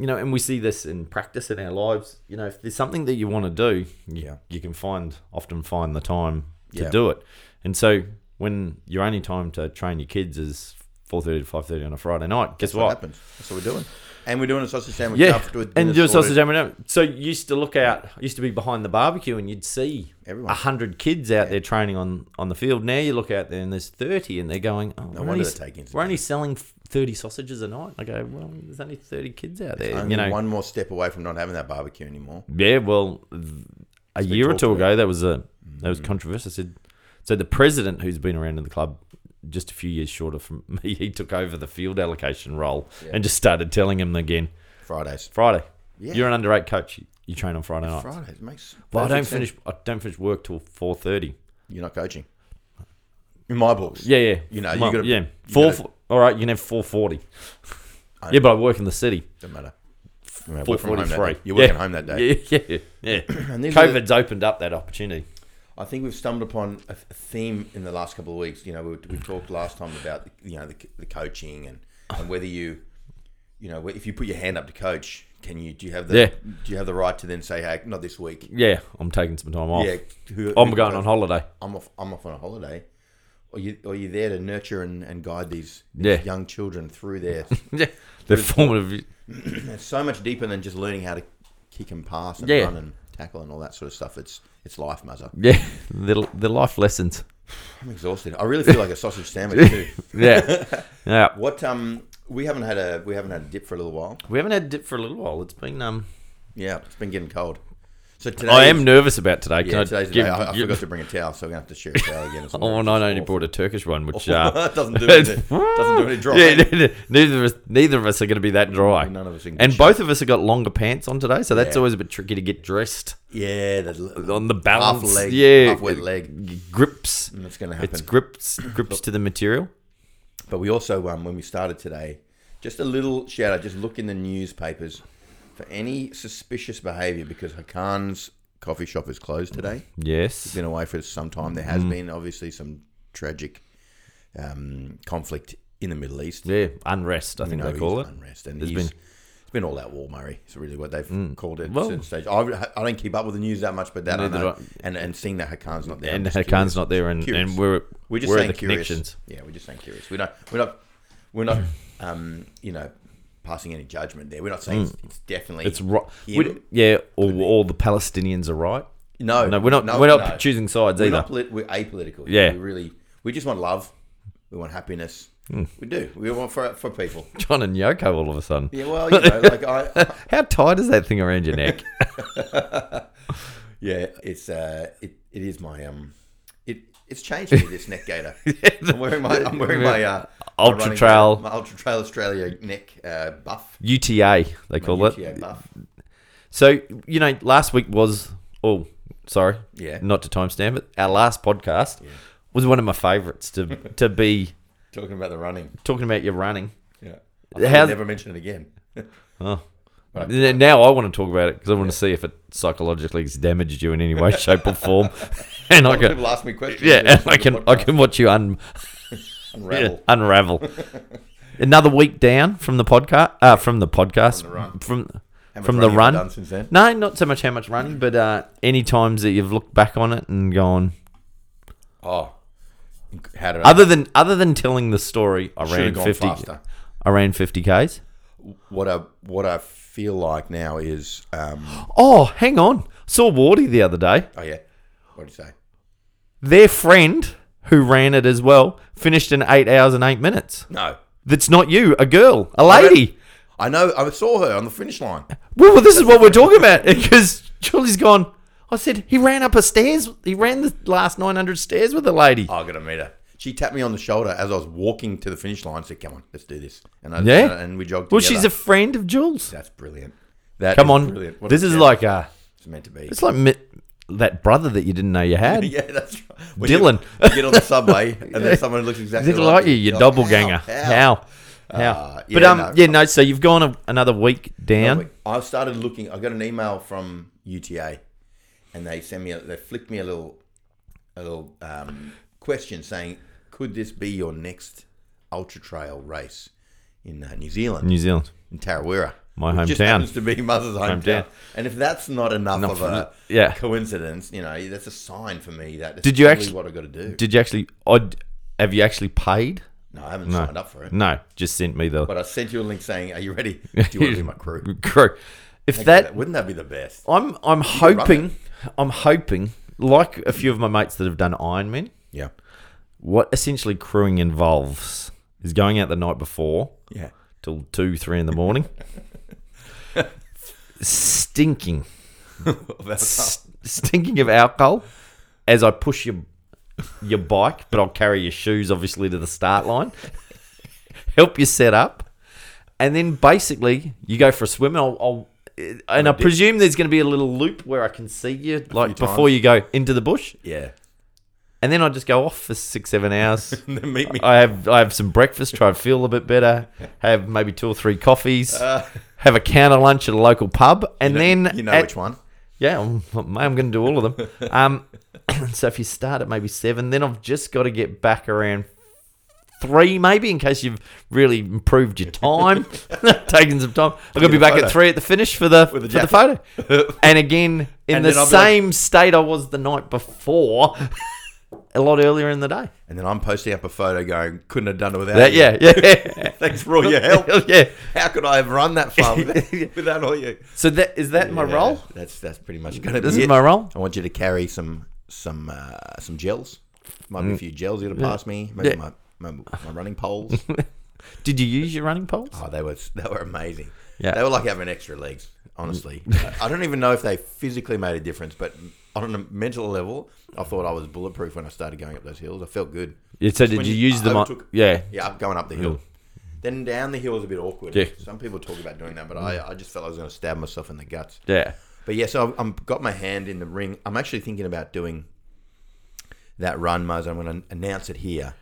Speaker 2: you know, and we see this in practice in our lives. You know, if there's something that you want to do, you,
Speaker 1: Yeah.
Speaker 2: you can find often find the time to
Speaker 1: Yeah.
Speaker 2: do it. And so when your only time to train your kids is four thirty to five thirty on a Friday night, guess
Speaker 1: That's what
Speaker 2: what?
Speaker 1: happens. That's what we're doing. And we're doing a sausage sandwich
Speaker 2: Yeah,
Speaker 1: after with
Speaker 2: and
Speaker 1: dinner
Speaker 2: do a
Speaker 1: sorted.
Speaker 2: sausage jam. and- So you used to look out, used to be behind the barbecue, and you'd see
Speaker 1: Everyone.
Speaker 2: a hundred kids out there training on on the field. Now you look out there and there's thirty, and they're going, "Oh, we're,
Speaker 1: wonder
Speaker 2: only,
Speaker 1: they're taking
Speaker 2: we're only selling thirty sausages a night." I go, "Well, there's only thirty kids out there."
Speaker 1: Only
Speaker 2: you know,
Speaker 1: one more step away from not having that barbecue anymore.
Speaker 2: yeah. Well, th- a year or
Speaker 1: talked
Speaker 2: two
Speaker 1: about Mm.
Speaker 2: ago, that was a that was controversial. I said, so the president who's been around in the club. Just a few years shorter from me, he took over the field allocation role and just started telling him again,
Speaker 1: Fridays.
Speaker 2: Friday,
Speaker 1: Yeah.
Speaker 2: you're an under eight coach. You, you train on Friday night.
Speaker 1: Fridays it makes.
Speaker 2: Well, I
Speaker 1: perfect
Speaker 2: don't
Speaker 1: sense.
Speaker 2: finish. I don't finish work till four thirty.
Speaker 1: You're not coaching. In my books.
Speaker 2: Yeah, yeah.
Speaker 1: You know, you
Speaker 2: Well,
Speaker 1: gotta-
Speaker 2: yeah.
Speaker 1: you
Speaker 2: 4
Speaker 1: gotta-
Speaker 2: fo- all right, you can have four forty. yeah, but I work in the city.
Speaker 1: Doesn't matter. You know,
Speaker 2: Four
Speaker 1: work from home
Speaker 2: forty
Speaker 1: that
Speaker 2: three.
Speaker 1: day. You're working home that day.
Speaker 2: Yeah, yeah, yeah.
Speaker 1: And these are the-
Speaker 2: COVID's opened up that opportunity.
Speaker 1: I think we've stumbled upon a a theme in the last couple of weeks. You know, we, we talked last time about you know the, the coaching and, and whether you, you know, if you put your hand up to coach, can you do you have the
Speaker 2: Yeah.
Speaker 1: do you have the right to then say, hey, not this week?
Speaker 2: Yeah, I'm taking some time off.
Speaker 1: Yeah, who,
Speaker 2: I'm
Speaker 1: who-
Speaker 2: going on holiday.
Speaker 1: I'm off. I'm off on a holiday. Or you are you there to nurture and, and guide these, these
Speaker 2: Yeah.
Speaker 1: young children through their?
Speaker 2: Yeah, the formative.
Speaker 1: it's so much deeper than just learning how to kick and pass and
Speaker 2: Yeah.
Speaker 1: run and tackle and all that sort of stuff. It's it's life, muzzer.
Speaker 2: Yeah, the the life lessons.
Speaker 1: I'm exhausted. I really feel like a sausage sandwich too.
Speaker 2: Yeah, yeah.
Speaker 1: What um we haven't had a we haven't had a dip for a little while.
Speaker 2: We haven't had dip for a little while. It's been um.
Speaker 1: Yeah, it's been getting cold. So today
Speaker 2: I am
Speaker 1: is-
Speaker 2: nervous about today. Can
Speaker 1: yeah,
Speaker 2: I
Speaker 1: today's the
Speaker 2: give-
Speaker 1: day. I, I
Speaker 2: give-
Speaker 1: forgot to bring a towel, so we're gonna have to share a towel again. It's
Speaker 2: Oh, and I only brought a Turkish one, which uh,
Speaker 1: Doesn't do it. Doesn't do any dry.
Speaker 2: Yeah, neither of us, neither of us are going to be that dry.
Speaker 1: None of us in good
Speaker 2: and
Speaker 1: shape.
Speaker 2: both of us have got longer pants on today, so that's
Speaker 1: Yeah.
Speaker 2: always a bit tricky to get dressed
Speaker 1: yeah, the,
Speaker 2: on the balance.
Speaker 1: leg,
Speaker 2: yeah,
Speaker 1: half wet leg.
Speaker 2: It grips.
Speaker 1: that's gonna happen.
Speaker 2: It's grips grips to the material.
Speaker 1: But we also, um, when we started today, just a little shout out. Just look in the newspapers for any suspicious behaviour because Hakan's coffee shop is closed today.
Speaker 2: Yes.
Speaker 1: been away for some time. There
Speaker 2: Mm.
Speaker 1: has been obviously some tragic um, conflict in the Middle East.
Speaker 2: Yeah, unrest. I think
Speaker 1: know,
Speaker 2: they call it.
Speaker 1: he's unrest, and
Speaker 2: There's
Speaker 1: he's,
Speaker 2: been- Mm.
Speaker 1: it's been all out war, Murray. It's really what they've called it.
Speaker 2: Well-
Speaker 1: since stage. I, I don't keep up with the news that much, but that I
Speaker 2: Neither
Speaker 1: know.
Speaker 2: do I.
Speaker 1: and and seeing that Hakan's not there, I'm
Speaker 2: and
Speaker 1: just
Speaker 2: Hakan's
Speaker 1: curious.
Speaker 2: not there, and,
Speaker 1: Curious.
Speaker 2: and we're
Speaker 1: We're just
Speaker 2: we're
Speaker 1: saying
Speaker 2: the
Speaker 1: curious.
Speaker 2: connections.
Speaker 1: Yeah, we're just saying curious. We don't. We're not. We're not. Um, you know, passing any judgment there. We're not saying it's, it's definitely.
Speaker 2: Mm. It's right.
Speaker 1: Him.
Speaker 2: We- Yeah, or all the Palestinians are right.
Speaker 1: no,
Speaker 2: No, we're not.
Speaker 1: no,
Speaker 2: we're not
Speaker 1: no.
Speaker 2: choosing sides
Speaker 1: We're
Speaker 2: either.
Speaker 1: not. Polit- we're apolitical.
Speaker 2: Yeah.
Speaker 1: we really. We just want love. We want happiness.
Speaker 2: Hmm.
Speaker 1: We do. We want for for people.
Speaker 2: John and Yoko, all of a sudden.
Speaker 1: Yeah. Well, you know, like I.
Speaker 2: How tight is that thing around your neck?
Speaker 1: Yeah, it's uh, it, it is my um, it it's changed me this neck gaiter. I'm wearing my I'm wearing my uh, my
Speaker 2: Ultra
Speaker 1: running-
Speaker 2: Trail.
Speaker 1: my Ultra Trail Australia neck uh, buff.
Speaker 2: UTA, they call it.
Speaker 1: UTA buff.
Speaker 2: So, you know, last week was, oh, sorry.
Speaker 1: Yeah.
Speaker 2: Not to timestamp it. Our last podcast was one of my favorites to, to be
Speaker 1: Talking about the running.
Speaker 2: talking about your running.
Speaker 1: Yeah,
Speaker 2: How-
Speaker 1: I'll never mention it again.
Speaker 2: Oh. N-
Speaker 1: uh,
Speaker 2: Now I want to talk about it because I want to see if it psychologically has damaged you in any way, shape, or form. And I can,
Speaker 1: People ask me questions. They're
Speaker 2: yeah, and I
Speaker 1: listening
Speaker 2: can,
Speaker 1: to the
Speaker 2: I
Speaker 1: podcast.
Speaker 2: can watch you un,
Speaker 1: unravel.
Speaker 2: Yeah, unravel. Another week down from the podcast, uh, from the podcast,
Speaker 1: From the run.
Speaker 2: from
Speaker 1: How much
Speaker 2: from the
Speaker 1: running have I
Speaker 2: run.
Speaker 1: done since then?
Speaker 2: No, not so much how much running, but uh, any times that you've looked back on it and gone, Oh,
Speaker 1: How did I?
Speaker 2: other than other than telling the story, I
Speaker 1: Should've
Speaker 2: ran
Speaker 1: gone
Speaker 2: fifty.
Speaker 1: faster.
Speaker 2: I ran fifty k's.
Speaker 1: what I what I feel like now is um,
Speaker 2: Oh, hang on. Saw Wardy the other day.
Speaker 1: oh yeah, what did you say?
Speaker 2: Their friend who ran it as well finished in eight hours and eight minutes.
Speaker 1: No,
Speaker 2: That's not you, a girl, a
Speaker 1: don't-
Speaker 2: lady.
Speaker 1: I know I saw her on the finish line.
Speaker 2: Well, well, this is what we're talking about because Julie's gone. I said he ran up a stairs. He ran the last nine hundred stairs with a lady.
Speaker 1: Oh, I gotta meet her. She tapped me on the shoulder as I was walking to the finish line. Said, "Come on, let's do this." And I,
Speaker 2: Yeah.
Speaker 1: and we jogged.
Speaker 2: Well,
Speaker 1: together.
Speaker 2: she's a friend of Jules.
Speaker 1: that's brilliant. That
Speaker 2: Come
Speaker 1: is
Speaker 2: on,
Speaker 1: brilliant. What
Speaker 2: this
Speaker 1: a-
Speaker 2: is
Speaker 1: yeah,
Speaker 2: like uh
Speaker 1: it's meant to be.
Speaker 2: it's like mi- that brother that you didn't know you had.
Speaker 1: Yeah, that's right. When
Speaker 2: Dylan.
Speaker 1: You, you get on the subway and there's someone who looks exactly
Speaker 2: They look like you, you
Speaker 1: You're like, "Oh,
Speaker 2: doppelganger.
Speaker 1: "How?
Speaker 2: How?
Speaker 1: How?"
Speaker 2: How?
Speaker 1: Uh,
Speaker 2: but
Speaker 1: yeah,
Speaker 2: um,
Speaker 1: no.
Speaker 2: yeah, no. So you've gone a, another week down.
Speaker 1: I started looking. I got an email from UTA, and they sent me. A, they flicked me a little, a little um, question saying, "Could this be your next ultra trail race in uh, New Zealand,
Speaker 2: New Zealand.
Speaker 1: in Tarawera,
Speaker 2: My
Speaker 1: Which Just
Speaker 2: hometown.
Speaker 1: happens to be mother's hometown.
Speaker 2: Hometown.
Speaker 1: And if that's not enough of a
Speaker 2: yeah.
Speaker 1: coincidence, you know, that's a sign for me that
Speaker 2: Did you
Speaker 1: probably
Speaker 2: actu-
Speaker 1: what I got to do?
Speaker 2: Did you actually? I'd, have you actually paid?
Speaker 1: no, I haven't signed up for it.
Speaker 2: No, just sent me the
Speaker 1: But I sent you a link saying, "Are you ready? Do you want to be my crew?"
Speaker 2: crew. If that,
Speaker 1: wouldn't that be the best?
Speaker 2: I'm, I'm
Speaker 1: run
Speaker 2: hoping, I'm hoping, like a few of my mates that have done Ironman,
Speaker 1: Yeah,
Speaker 2: what essentially crewing involves is going out the night before
Speaker 1: yeah.
Speaker 2: till two, three in the morning, stinking. s- stinking of alcohol as I push your your bike, but I'll carry your shoes obviously to the start line. Help you set up, and then basically you go for a swim. And I'll, I'll and I presume there's going to be a little loop where I can see you like
Speaker 1: times.
Speaker 2: before you go into the bush,
Speaker 1: yeah.
Speaker 2: and then I just go off for six seven hours.
Speaker 1: And then meet me.
Speaker 2: I have I have some breakfast, try and feel a bit better, have maybe two or three coffees, have a counter lunch at a local pub, and then
Speaker 1: Uh. you know
Speaker 2: at-
Speaker 1: which one.
Speaker 2: yeah, I'm, I'm going to do all of them. Um, so if you start at maybe seven, then I've just got to get back around three, maybe in case you've really improved your time, taken some time. I've got to
Speaker 1: the
Speaker 2: be back
Speaker 1: photo.
Speaker 2: at three at the finish for the
Speaker 1: With the
Speaker 2: for the photo, and again in
Speaker 1: And
Speaker 2: the
Speaker 1: then I'll be like-
Speaker 2: same state I was the night before, a lot earlier in the day.
Speaker 1: And then I'm posting up a photo going, couldn't have done it without
Speaker 2: That,
Speaker 1: you.
Speaker 2: yeah, yeah,
Speaker 1: Thanks for all your help.
Speaker 2: yeah.
Speaker 1: How could I have run that far without, without all you?
Speaker 2: So that is that my
Speaker 1: Yeah,
Speaker 2: role?
Speaker 1: That's that's pretty much going to be
Speaker 2: This is
Speaker 1: it.
Speaker 2: my role.
Speaker 1: I want you to carry some some uh, some gels. Might be a few gels you're to pass me. Maybe
Speaker 2: Mm. Yeah.
Speaker 1: my, my my running poles.
Speaker 2: Did you use your running poles?
Speaker 1: oh, they were they were amazing.
Speaker 2: Yeah.
Speaker 1: they were like having extra legs. Honestly, I- I don't even know if they physically made a difference, but on a mental level, I thought I was bulletproof when I started going up those hills. I felt good.
Speaker 2: Yeah, so did
Speaker 1: when
Speaker 2: you
Speaker 1: you
Speaker 2: use them? On,
Speaker 1: overtook-
Speaker 2: yeah,
Speaker 1: Yeah, up going up the hill. Then down the hill is a bit awkward.
Speaker 2: Yeah.
Speaker 1: Some people talk about doing that, but I, I just felt I was going to stab myself in the guts.
Speaker 2: yeah.
Speaker 1: But yeah, so I've, I've got my hand in the ring. I'm actually thinking about doing that run, Muzz. I'm going to announce it here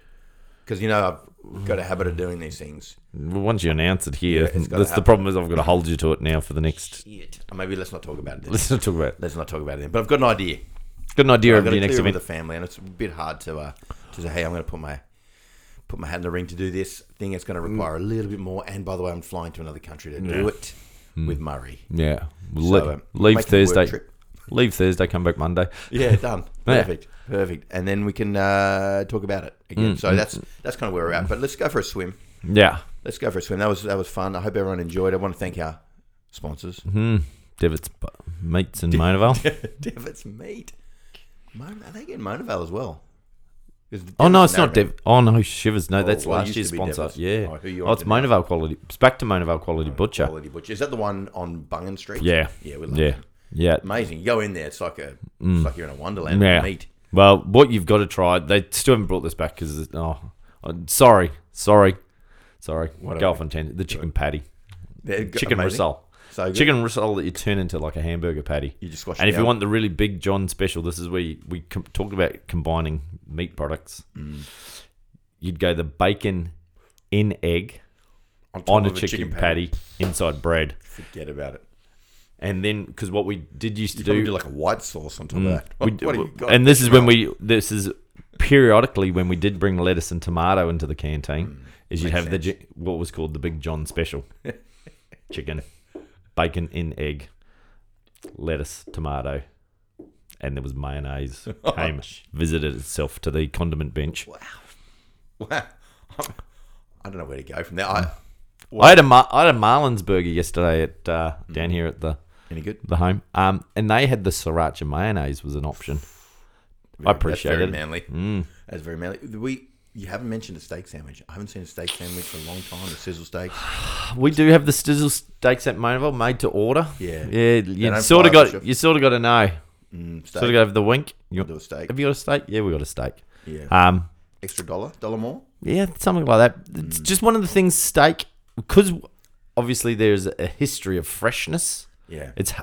Speaker 1: because you know I've got a habit of doing these things.
Speaker 2: Well, once you announce it here,
Speaker 1: it's
Speaker 2: that's
Speaker 1: gotta
Speaker 2: the
Speaker 1: happen.
Speaker 2: problem is I've got to hold you to it now for the next.
Speaker 1: Shit. Maybe let's not talk about this.
Speaker 2: Let's not talk about. It.
Speaker 1: Let's not talk about it. But I've got an idea.
Speaker 2: Got an idea
Speaker 1: I've
Speaker 2: of
Speaker 1: got to clear
Speaker 2: your next
Speaker 1: it with
Speaker 2: event.
Speaker 1: the family, and it's a bit hard to uh, to say, hey, I'm going to put my put my hat in the ring to do this thing. It's going
Speaker 2: Mm.
Speaker 1: to require a little bit more. And by the way, I'm flying to another country to do it
Speaker 2: Hmm.
Speaker 1: with Murray.
Speaker 2: yeah,
Speaker 1: So,
Speaker 2: Le-
Speaker 1: um, making a
Speaker 2: leave
Speaker 1: work
Speaker 2: Thursday.
Speaker 1: trip.
Speaker 2: Leave Thursday. Come back Monday.
Speaker 1: Yeah, done.
Speaker 2: Yeah.
Speaker 1: Perfect. Perfect. And then we can uh, talk about it again.
Speaker 2: Hmm.
Speaker 1: so that's that's kind of where we're at. But let's go for a swim.
Speaker 2: Yeah,
Speaker 1: Let's go for a swim. That was that was fun. I hope everyone enjoyed. I want to thank our sponsors.
Speaker 2: Mm-hmm. Devitt's bu- meats in Monavale.
Speaker 1: Devitt's meat. Mon- I think in Monavale as well. Is
Speaker 2: Oh no,
Speaker 1: Devitt's
Speaker 2: it's not
Speaker 1: narrowing.
Speaker 2: Dev. Oh no, Shivers. No,
Speaker 1: Oh,
Speaker 2: that's
Speaker 1: well, it
Speaker 2: last
Speaker 1: used
Speaker 2: year's
Speaker 1: to be
Speaker 2: sponsor.
Speaker 1: Devitt's.
Speaker 2: Yeah.
Speaker 1: Oh,
Speaker 2: Oh,
Speaker 1: who you
Speaker 2: it's
Speaker 1: on now?
Speaker 2: Monavale quality. It's back to Monavale quality butcher.
Speaker 1: Oh, Quality Butcher. Is that the one on Bungan Street?
Speaker 2: Yeah.
Speaker 1: Yeah, we love
Speaker 2: Yeah.
Speaker 1: them.
Speaker 2: Yeah.
Speaker 1: Amazing. You go in there, it's like a it's like you're in a wonderland
Speaker 2: Mm. Yeah.
Speaker 1: of meat.
Speaker 2: Well, what you've got to try. They still haven't brought this back because oh, I'm sorry, sorry, sorry.
Speaker 1: What
Speaker 2: Go
Speaker 1: are
Speaker 2: off on tangent. The chicken patty,
Speaker 1: They're g-
Speaker 2: chicken
Speaker 1: amazing.
Speaker 2: risole.
Speaker 1: So good.
Speaker 2: chicken risole that you turn into like a hamburger patty.
Speaker 1: You just squash
Speaker 2: and
Speaker 1: it
Speaker 2: if you
Speaker 1: down.
Speaker 2: want the really big John special, this is where you, we com- talked about combining meat products.
Speaker 1: Mm.
Speaker 2: You'd go the bacon in egg
Speaker 1: top
Speaker 2: on a
Speaker 1: of
Speaker 2: chicken, patty, inside bread,
Speaker 1: Forget about it.
Speaker 2: and then because what we did used to
Speaker 1: Do,
Speaker 2: do, Mm.
Speaker 1: do like a white sauce on top of that.
Speaker 2: we
Speaker 1: What,
Speaker 2: d-
Speaker 1: what do you got?
Speaker 2: and this is when we this is periodically when we did bring lettuce and tomato into the canteen,
Speaker 1: Mm,
Speaker 2: is you'd have the the what was called the Big John special, chicken, bacon in egg, lettuce, tomato, and there was mayonnaise
Speaker 1: Oh,
Speaker 2: came visited itself to the condiment bench.
Speaker 1: Wow. I don't know where to go from there. I,
Speaker 2: I had a Mar- I had a Marlins burger yesterday at uh,
Speaker 1: Mm.
Speaker 2: down here at the
Speaker 1: any good?
Speaker 2: the home, um, and they had the sriracha mayonnaise was an option. I appreciate
Speaker 1: That's very
Speaker 2: it. Mm.
Speaker 1: manly. That's very manly. We you haven't mentioned a steak sandwich. I haven't seen a steak sandwich for a long time. The sizzle steak. mm,
Speaker 2: We do have the Stizzle steaks at Mainville made to order.
Speaker 1: Yeah.
Speaker 2: yeah.
Speaker 1: don't
Speaker 2: You sort of
Speaker 1: fly off the
Speaker 2: got
Speaker 1: ship.
Speaker 2: you sort of got to know.
Speaker 1: Mm, steak.
Speaker 2: Sort of got to have the wink. You,
Speaker 1: do a steak.
Speaker 2: Have you got a steak? Yeah, we got a steak.
Speaker 1: Yeah.
Speaker 2: Um,
Speaker 1: Extra dollar, dollar more.
Speaker 2: Yeah, something like that.
Speaker 1: Mm.
Speaker 2: It's just one of the things steak, because obviously there's a history of freshness.
Speaker 1: Yeah.
Speaker 2: It's h-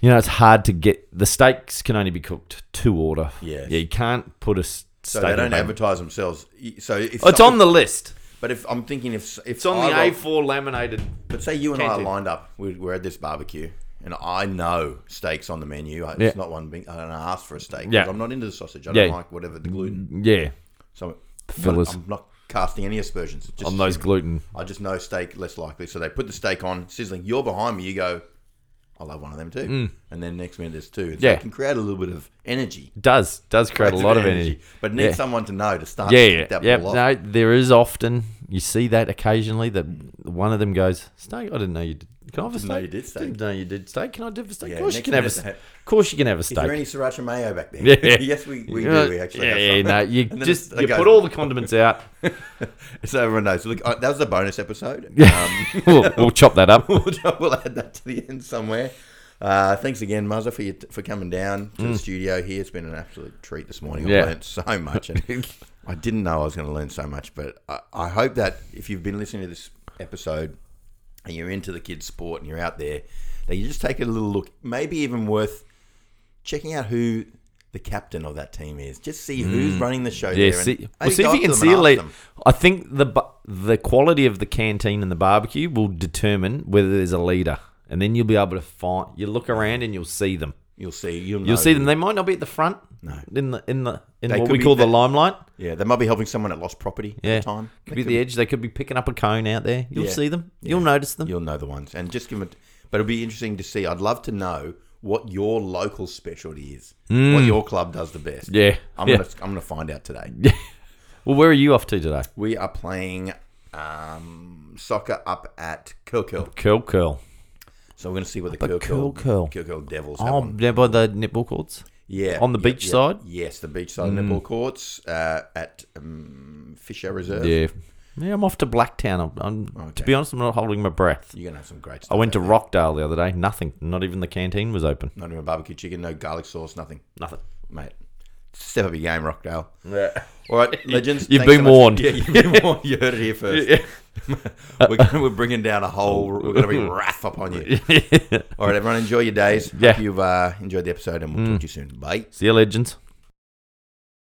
Speaker 2: you know it's hard to get the steaks can only be cooked to order.
Speaker 1: Yes.
Speaker 2: yeah, you can't put a s-
Speaker 1: so
Speaker 2: steak.
Speaker 1: they
Speaker 2: in
Speaker 1: don't
Speaker 2: a-
Speaker 1: advertise themselves. Y- So if
Speaker 2: Oh, it's on the list.
Speaker 1: But if I'm thinking if if
Speaker 2: It's on the
Speaker 1: I,
Speaker 2: A4 laminated.
Speaker 1: But say you and I
Speaker 2: Can't
Speaker 1: are
Speaker 2: do.
Speaker 1: lined up. We're, we're at this barbecue, and I know steaks on the menu. I- It's
Speaker 2: Yeah.
Speaker 1: not one being. I don't ask for a steak. 'cause
Speaker 2: Yeah.
Speaker 1: I'm not into the sausage. I
Speaker 2: Yeah.
Speaker 1: don't like whatever the gluten.
Speaker 2: Yeah,
Speaker 1: So
Speaker 2: Fellas.
Speaker 1: I'm not casting any aspersions. It's Just
Speaker 2: on those gluten.
Speaker 1: I just know steak less likely. So they put the steak on, sizzling. You're behind me. You go. I'll have one of them too. And then next minute there's two. So
Speaker 2: Mm. Yeah.
Speaker 1: It can create a little bit of energy.
Speaker 2: Does does create a lot of energy.
Speaker 1: But need
Speaker 2: Yeah.
Speaker 1: someone to know to start.
Speaker 2: Yeah,
Speaker 1: to
Speaker 2: yeah,
Speaker 1: kick that
Speaker 2: yeah.
Speaker 1: ball off.
Speaker 2: No, there is often you see that occasionally that one of them goes steak. I didn't know you did. Can I have a steak?
Speaker 1: know you did steak."
Speaker 2: Didn't know you did steak. Can I have a steak?
Speaker 1: Yeah,
Speaker 2: of course you
Speaker 1: next
Speaker 2: can have a.
Speaker 1: minute
Speaker 2: s-
Speaker 1: they-
Speaker 2: Of course you can have a
Speaker 1: Is there
Speaker 2: steak.
Speaker 1: any sriracha mayo back there?
Speaker 2: Yeah.
Speaker 1: yes, we, we
Speaker 2: Uh,
Speaker 1: do. We actually
Speaker 2: yeah,
Speaker 1: have
Speaker 2: yeah,
Speaker 1: some.
Speaker 2: no, you
Speaker 1: And then
Speaker 2: just
Speaker 1: it
Speaker 2: you
Speaker 1: goes-
Speaker 2: put all the condiments out.
Speaker 1: So everyone knows. Look, uh, that was a bonus episode. Um,
Speaker 2: we'll, we'll chop that up.
Speaker 1: we'll, we'll add that to the end somewhere. Uh, thanks again, Muzza, for your, for coming down to the studio here. It's been an absolute treat this morning.
Speaker 2: Mm. Yeah.
Speaker 1: I've learned so much, and I didn't know I was going to learn so much. But I, I hope that if you've been listening to this episode and you're into the kids' sport and you're out there, that you just take a little look. Maybe even worth checking out who the captain of that team is. Just see who's running the show.
Speaker 2: Mm. Yeah,
Speaker 1: there and-
Speaker 2: see,
Speaker 1: I
Speaker 2: well, see
Speaker 1: go up
Speaker 2: if you
Speaker 1: to
Speaker 2: can
Speaker 1: them
Speaker 2: see
Speaker 1: and
Speaker 2: a
Speaker 1: ask
Speaker 2: lead.
Speaker 1: them.
Speaker 2: I think the bu- the quality of the canteen and the barbecue will determine whether there's a leader, and then you'll be able to find. You look around and you'll see them.
Speaker 1: You'll see. You'll, know
Speaker 2: You'll see them. They might not be at the front.
Speaker 1: No.
Speaker 2: In the in the in
Speaker 1: They
Speaker 2: what
Speaker 1: could
Speaker 2: we
Speaker 1: be
Speaker 2: call the
Speaker 1: the-
Speaker 2: limelight.
Speaker 1: Yeah, they might be helping someone that lost property
Speaker 2: Yeah.
Speaker 1: at the time.
Speaker 2: Could be the edge. They could be picking up a cone out there. You'll
Speaker 1: Yeah.
Speaker 2: see them. You'll notice them.
Speaker 1: You'll know the ones, and just give them. A, but it'll be interesting to see. I'd love to know what your local specialty is, what your club does the best.
Speaker 2: Hmm. Yeah.
Speaker 1: I'm
Speaker 2: Yeah.
Speaker 1: gonna I'm gonna find out today.
Speaker 2: Well, where are you off to today?
Speaker 1: We are playing um, soccer up at Kirkhill,
Speaker 2: Curl, curl.
Speaker 1: so we're gonna see what the Kirkhill
Speaker 2: Kirkhill.
Speaker 1: Kirkhill Devils have
Speaker 2: Oh,
Speaker 1: on.
Speaker 2: down by the netball courts.
Speaker 1: Yeah,
Speaker 2: on the Hmm.
Speaker 1: yeah,
Speaker 2: beach
Speaker 1: yeah.
Speaker 2: side?
Speaker 1: Yes, the beachside netball courts uh, at um, Fisher Reserve.
Speaker 2: Yeah. Yeah, I'm off to Blacktown. I'm, I'm To
Speaker 1: Okay.
Speaker 2: be honest, I'm not holding my breath.
Speaker 1: You're gonna have some great
Speaker 2: I
Speaker 1: stuff.
Speaker 2: went to Rockdale the other day. Nothing. Not even the canteen was open.
Speaker 1: Not even barbecue chicken, no garlic sauce, nothing.
Speaker 2: Nothing.
Speaker 1: mate. Step up your game, Rockdale. All right, legends.
Speaker 2: You've
Speaker 1: thanks so
Speaker 2: been
Speaker 1: much.
Speaker 2: warned.
Speaker 1: Yeah, you've been warned. You heard it here first.
Speaker 2: Yeah.
Speaker 1: we're, gonna, we're bringing down a whole. We're going to be wrath upon you. All right, everyone, enjoy your days.
Speaker 2: Yeah. Mm.
Speaker 1: Hope you've uh, enjoyed the episode, and we'll talk to you soon. Bye.
Speaker 2: See you, legends.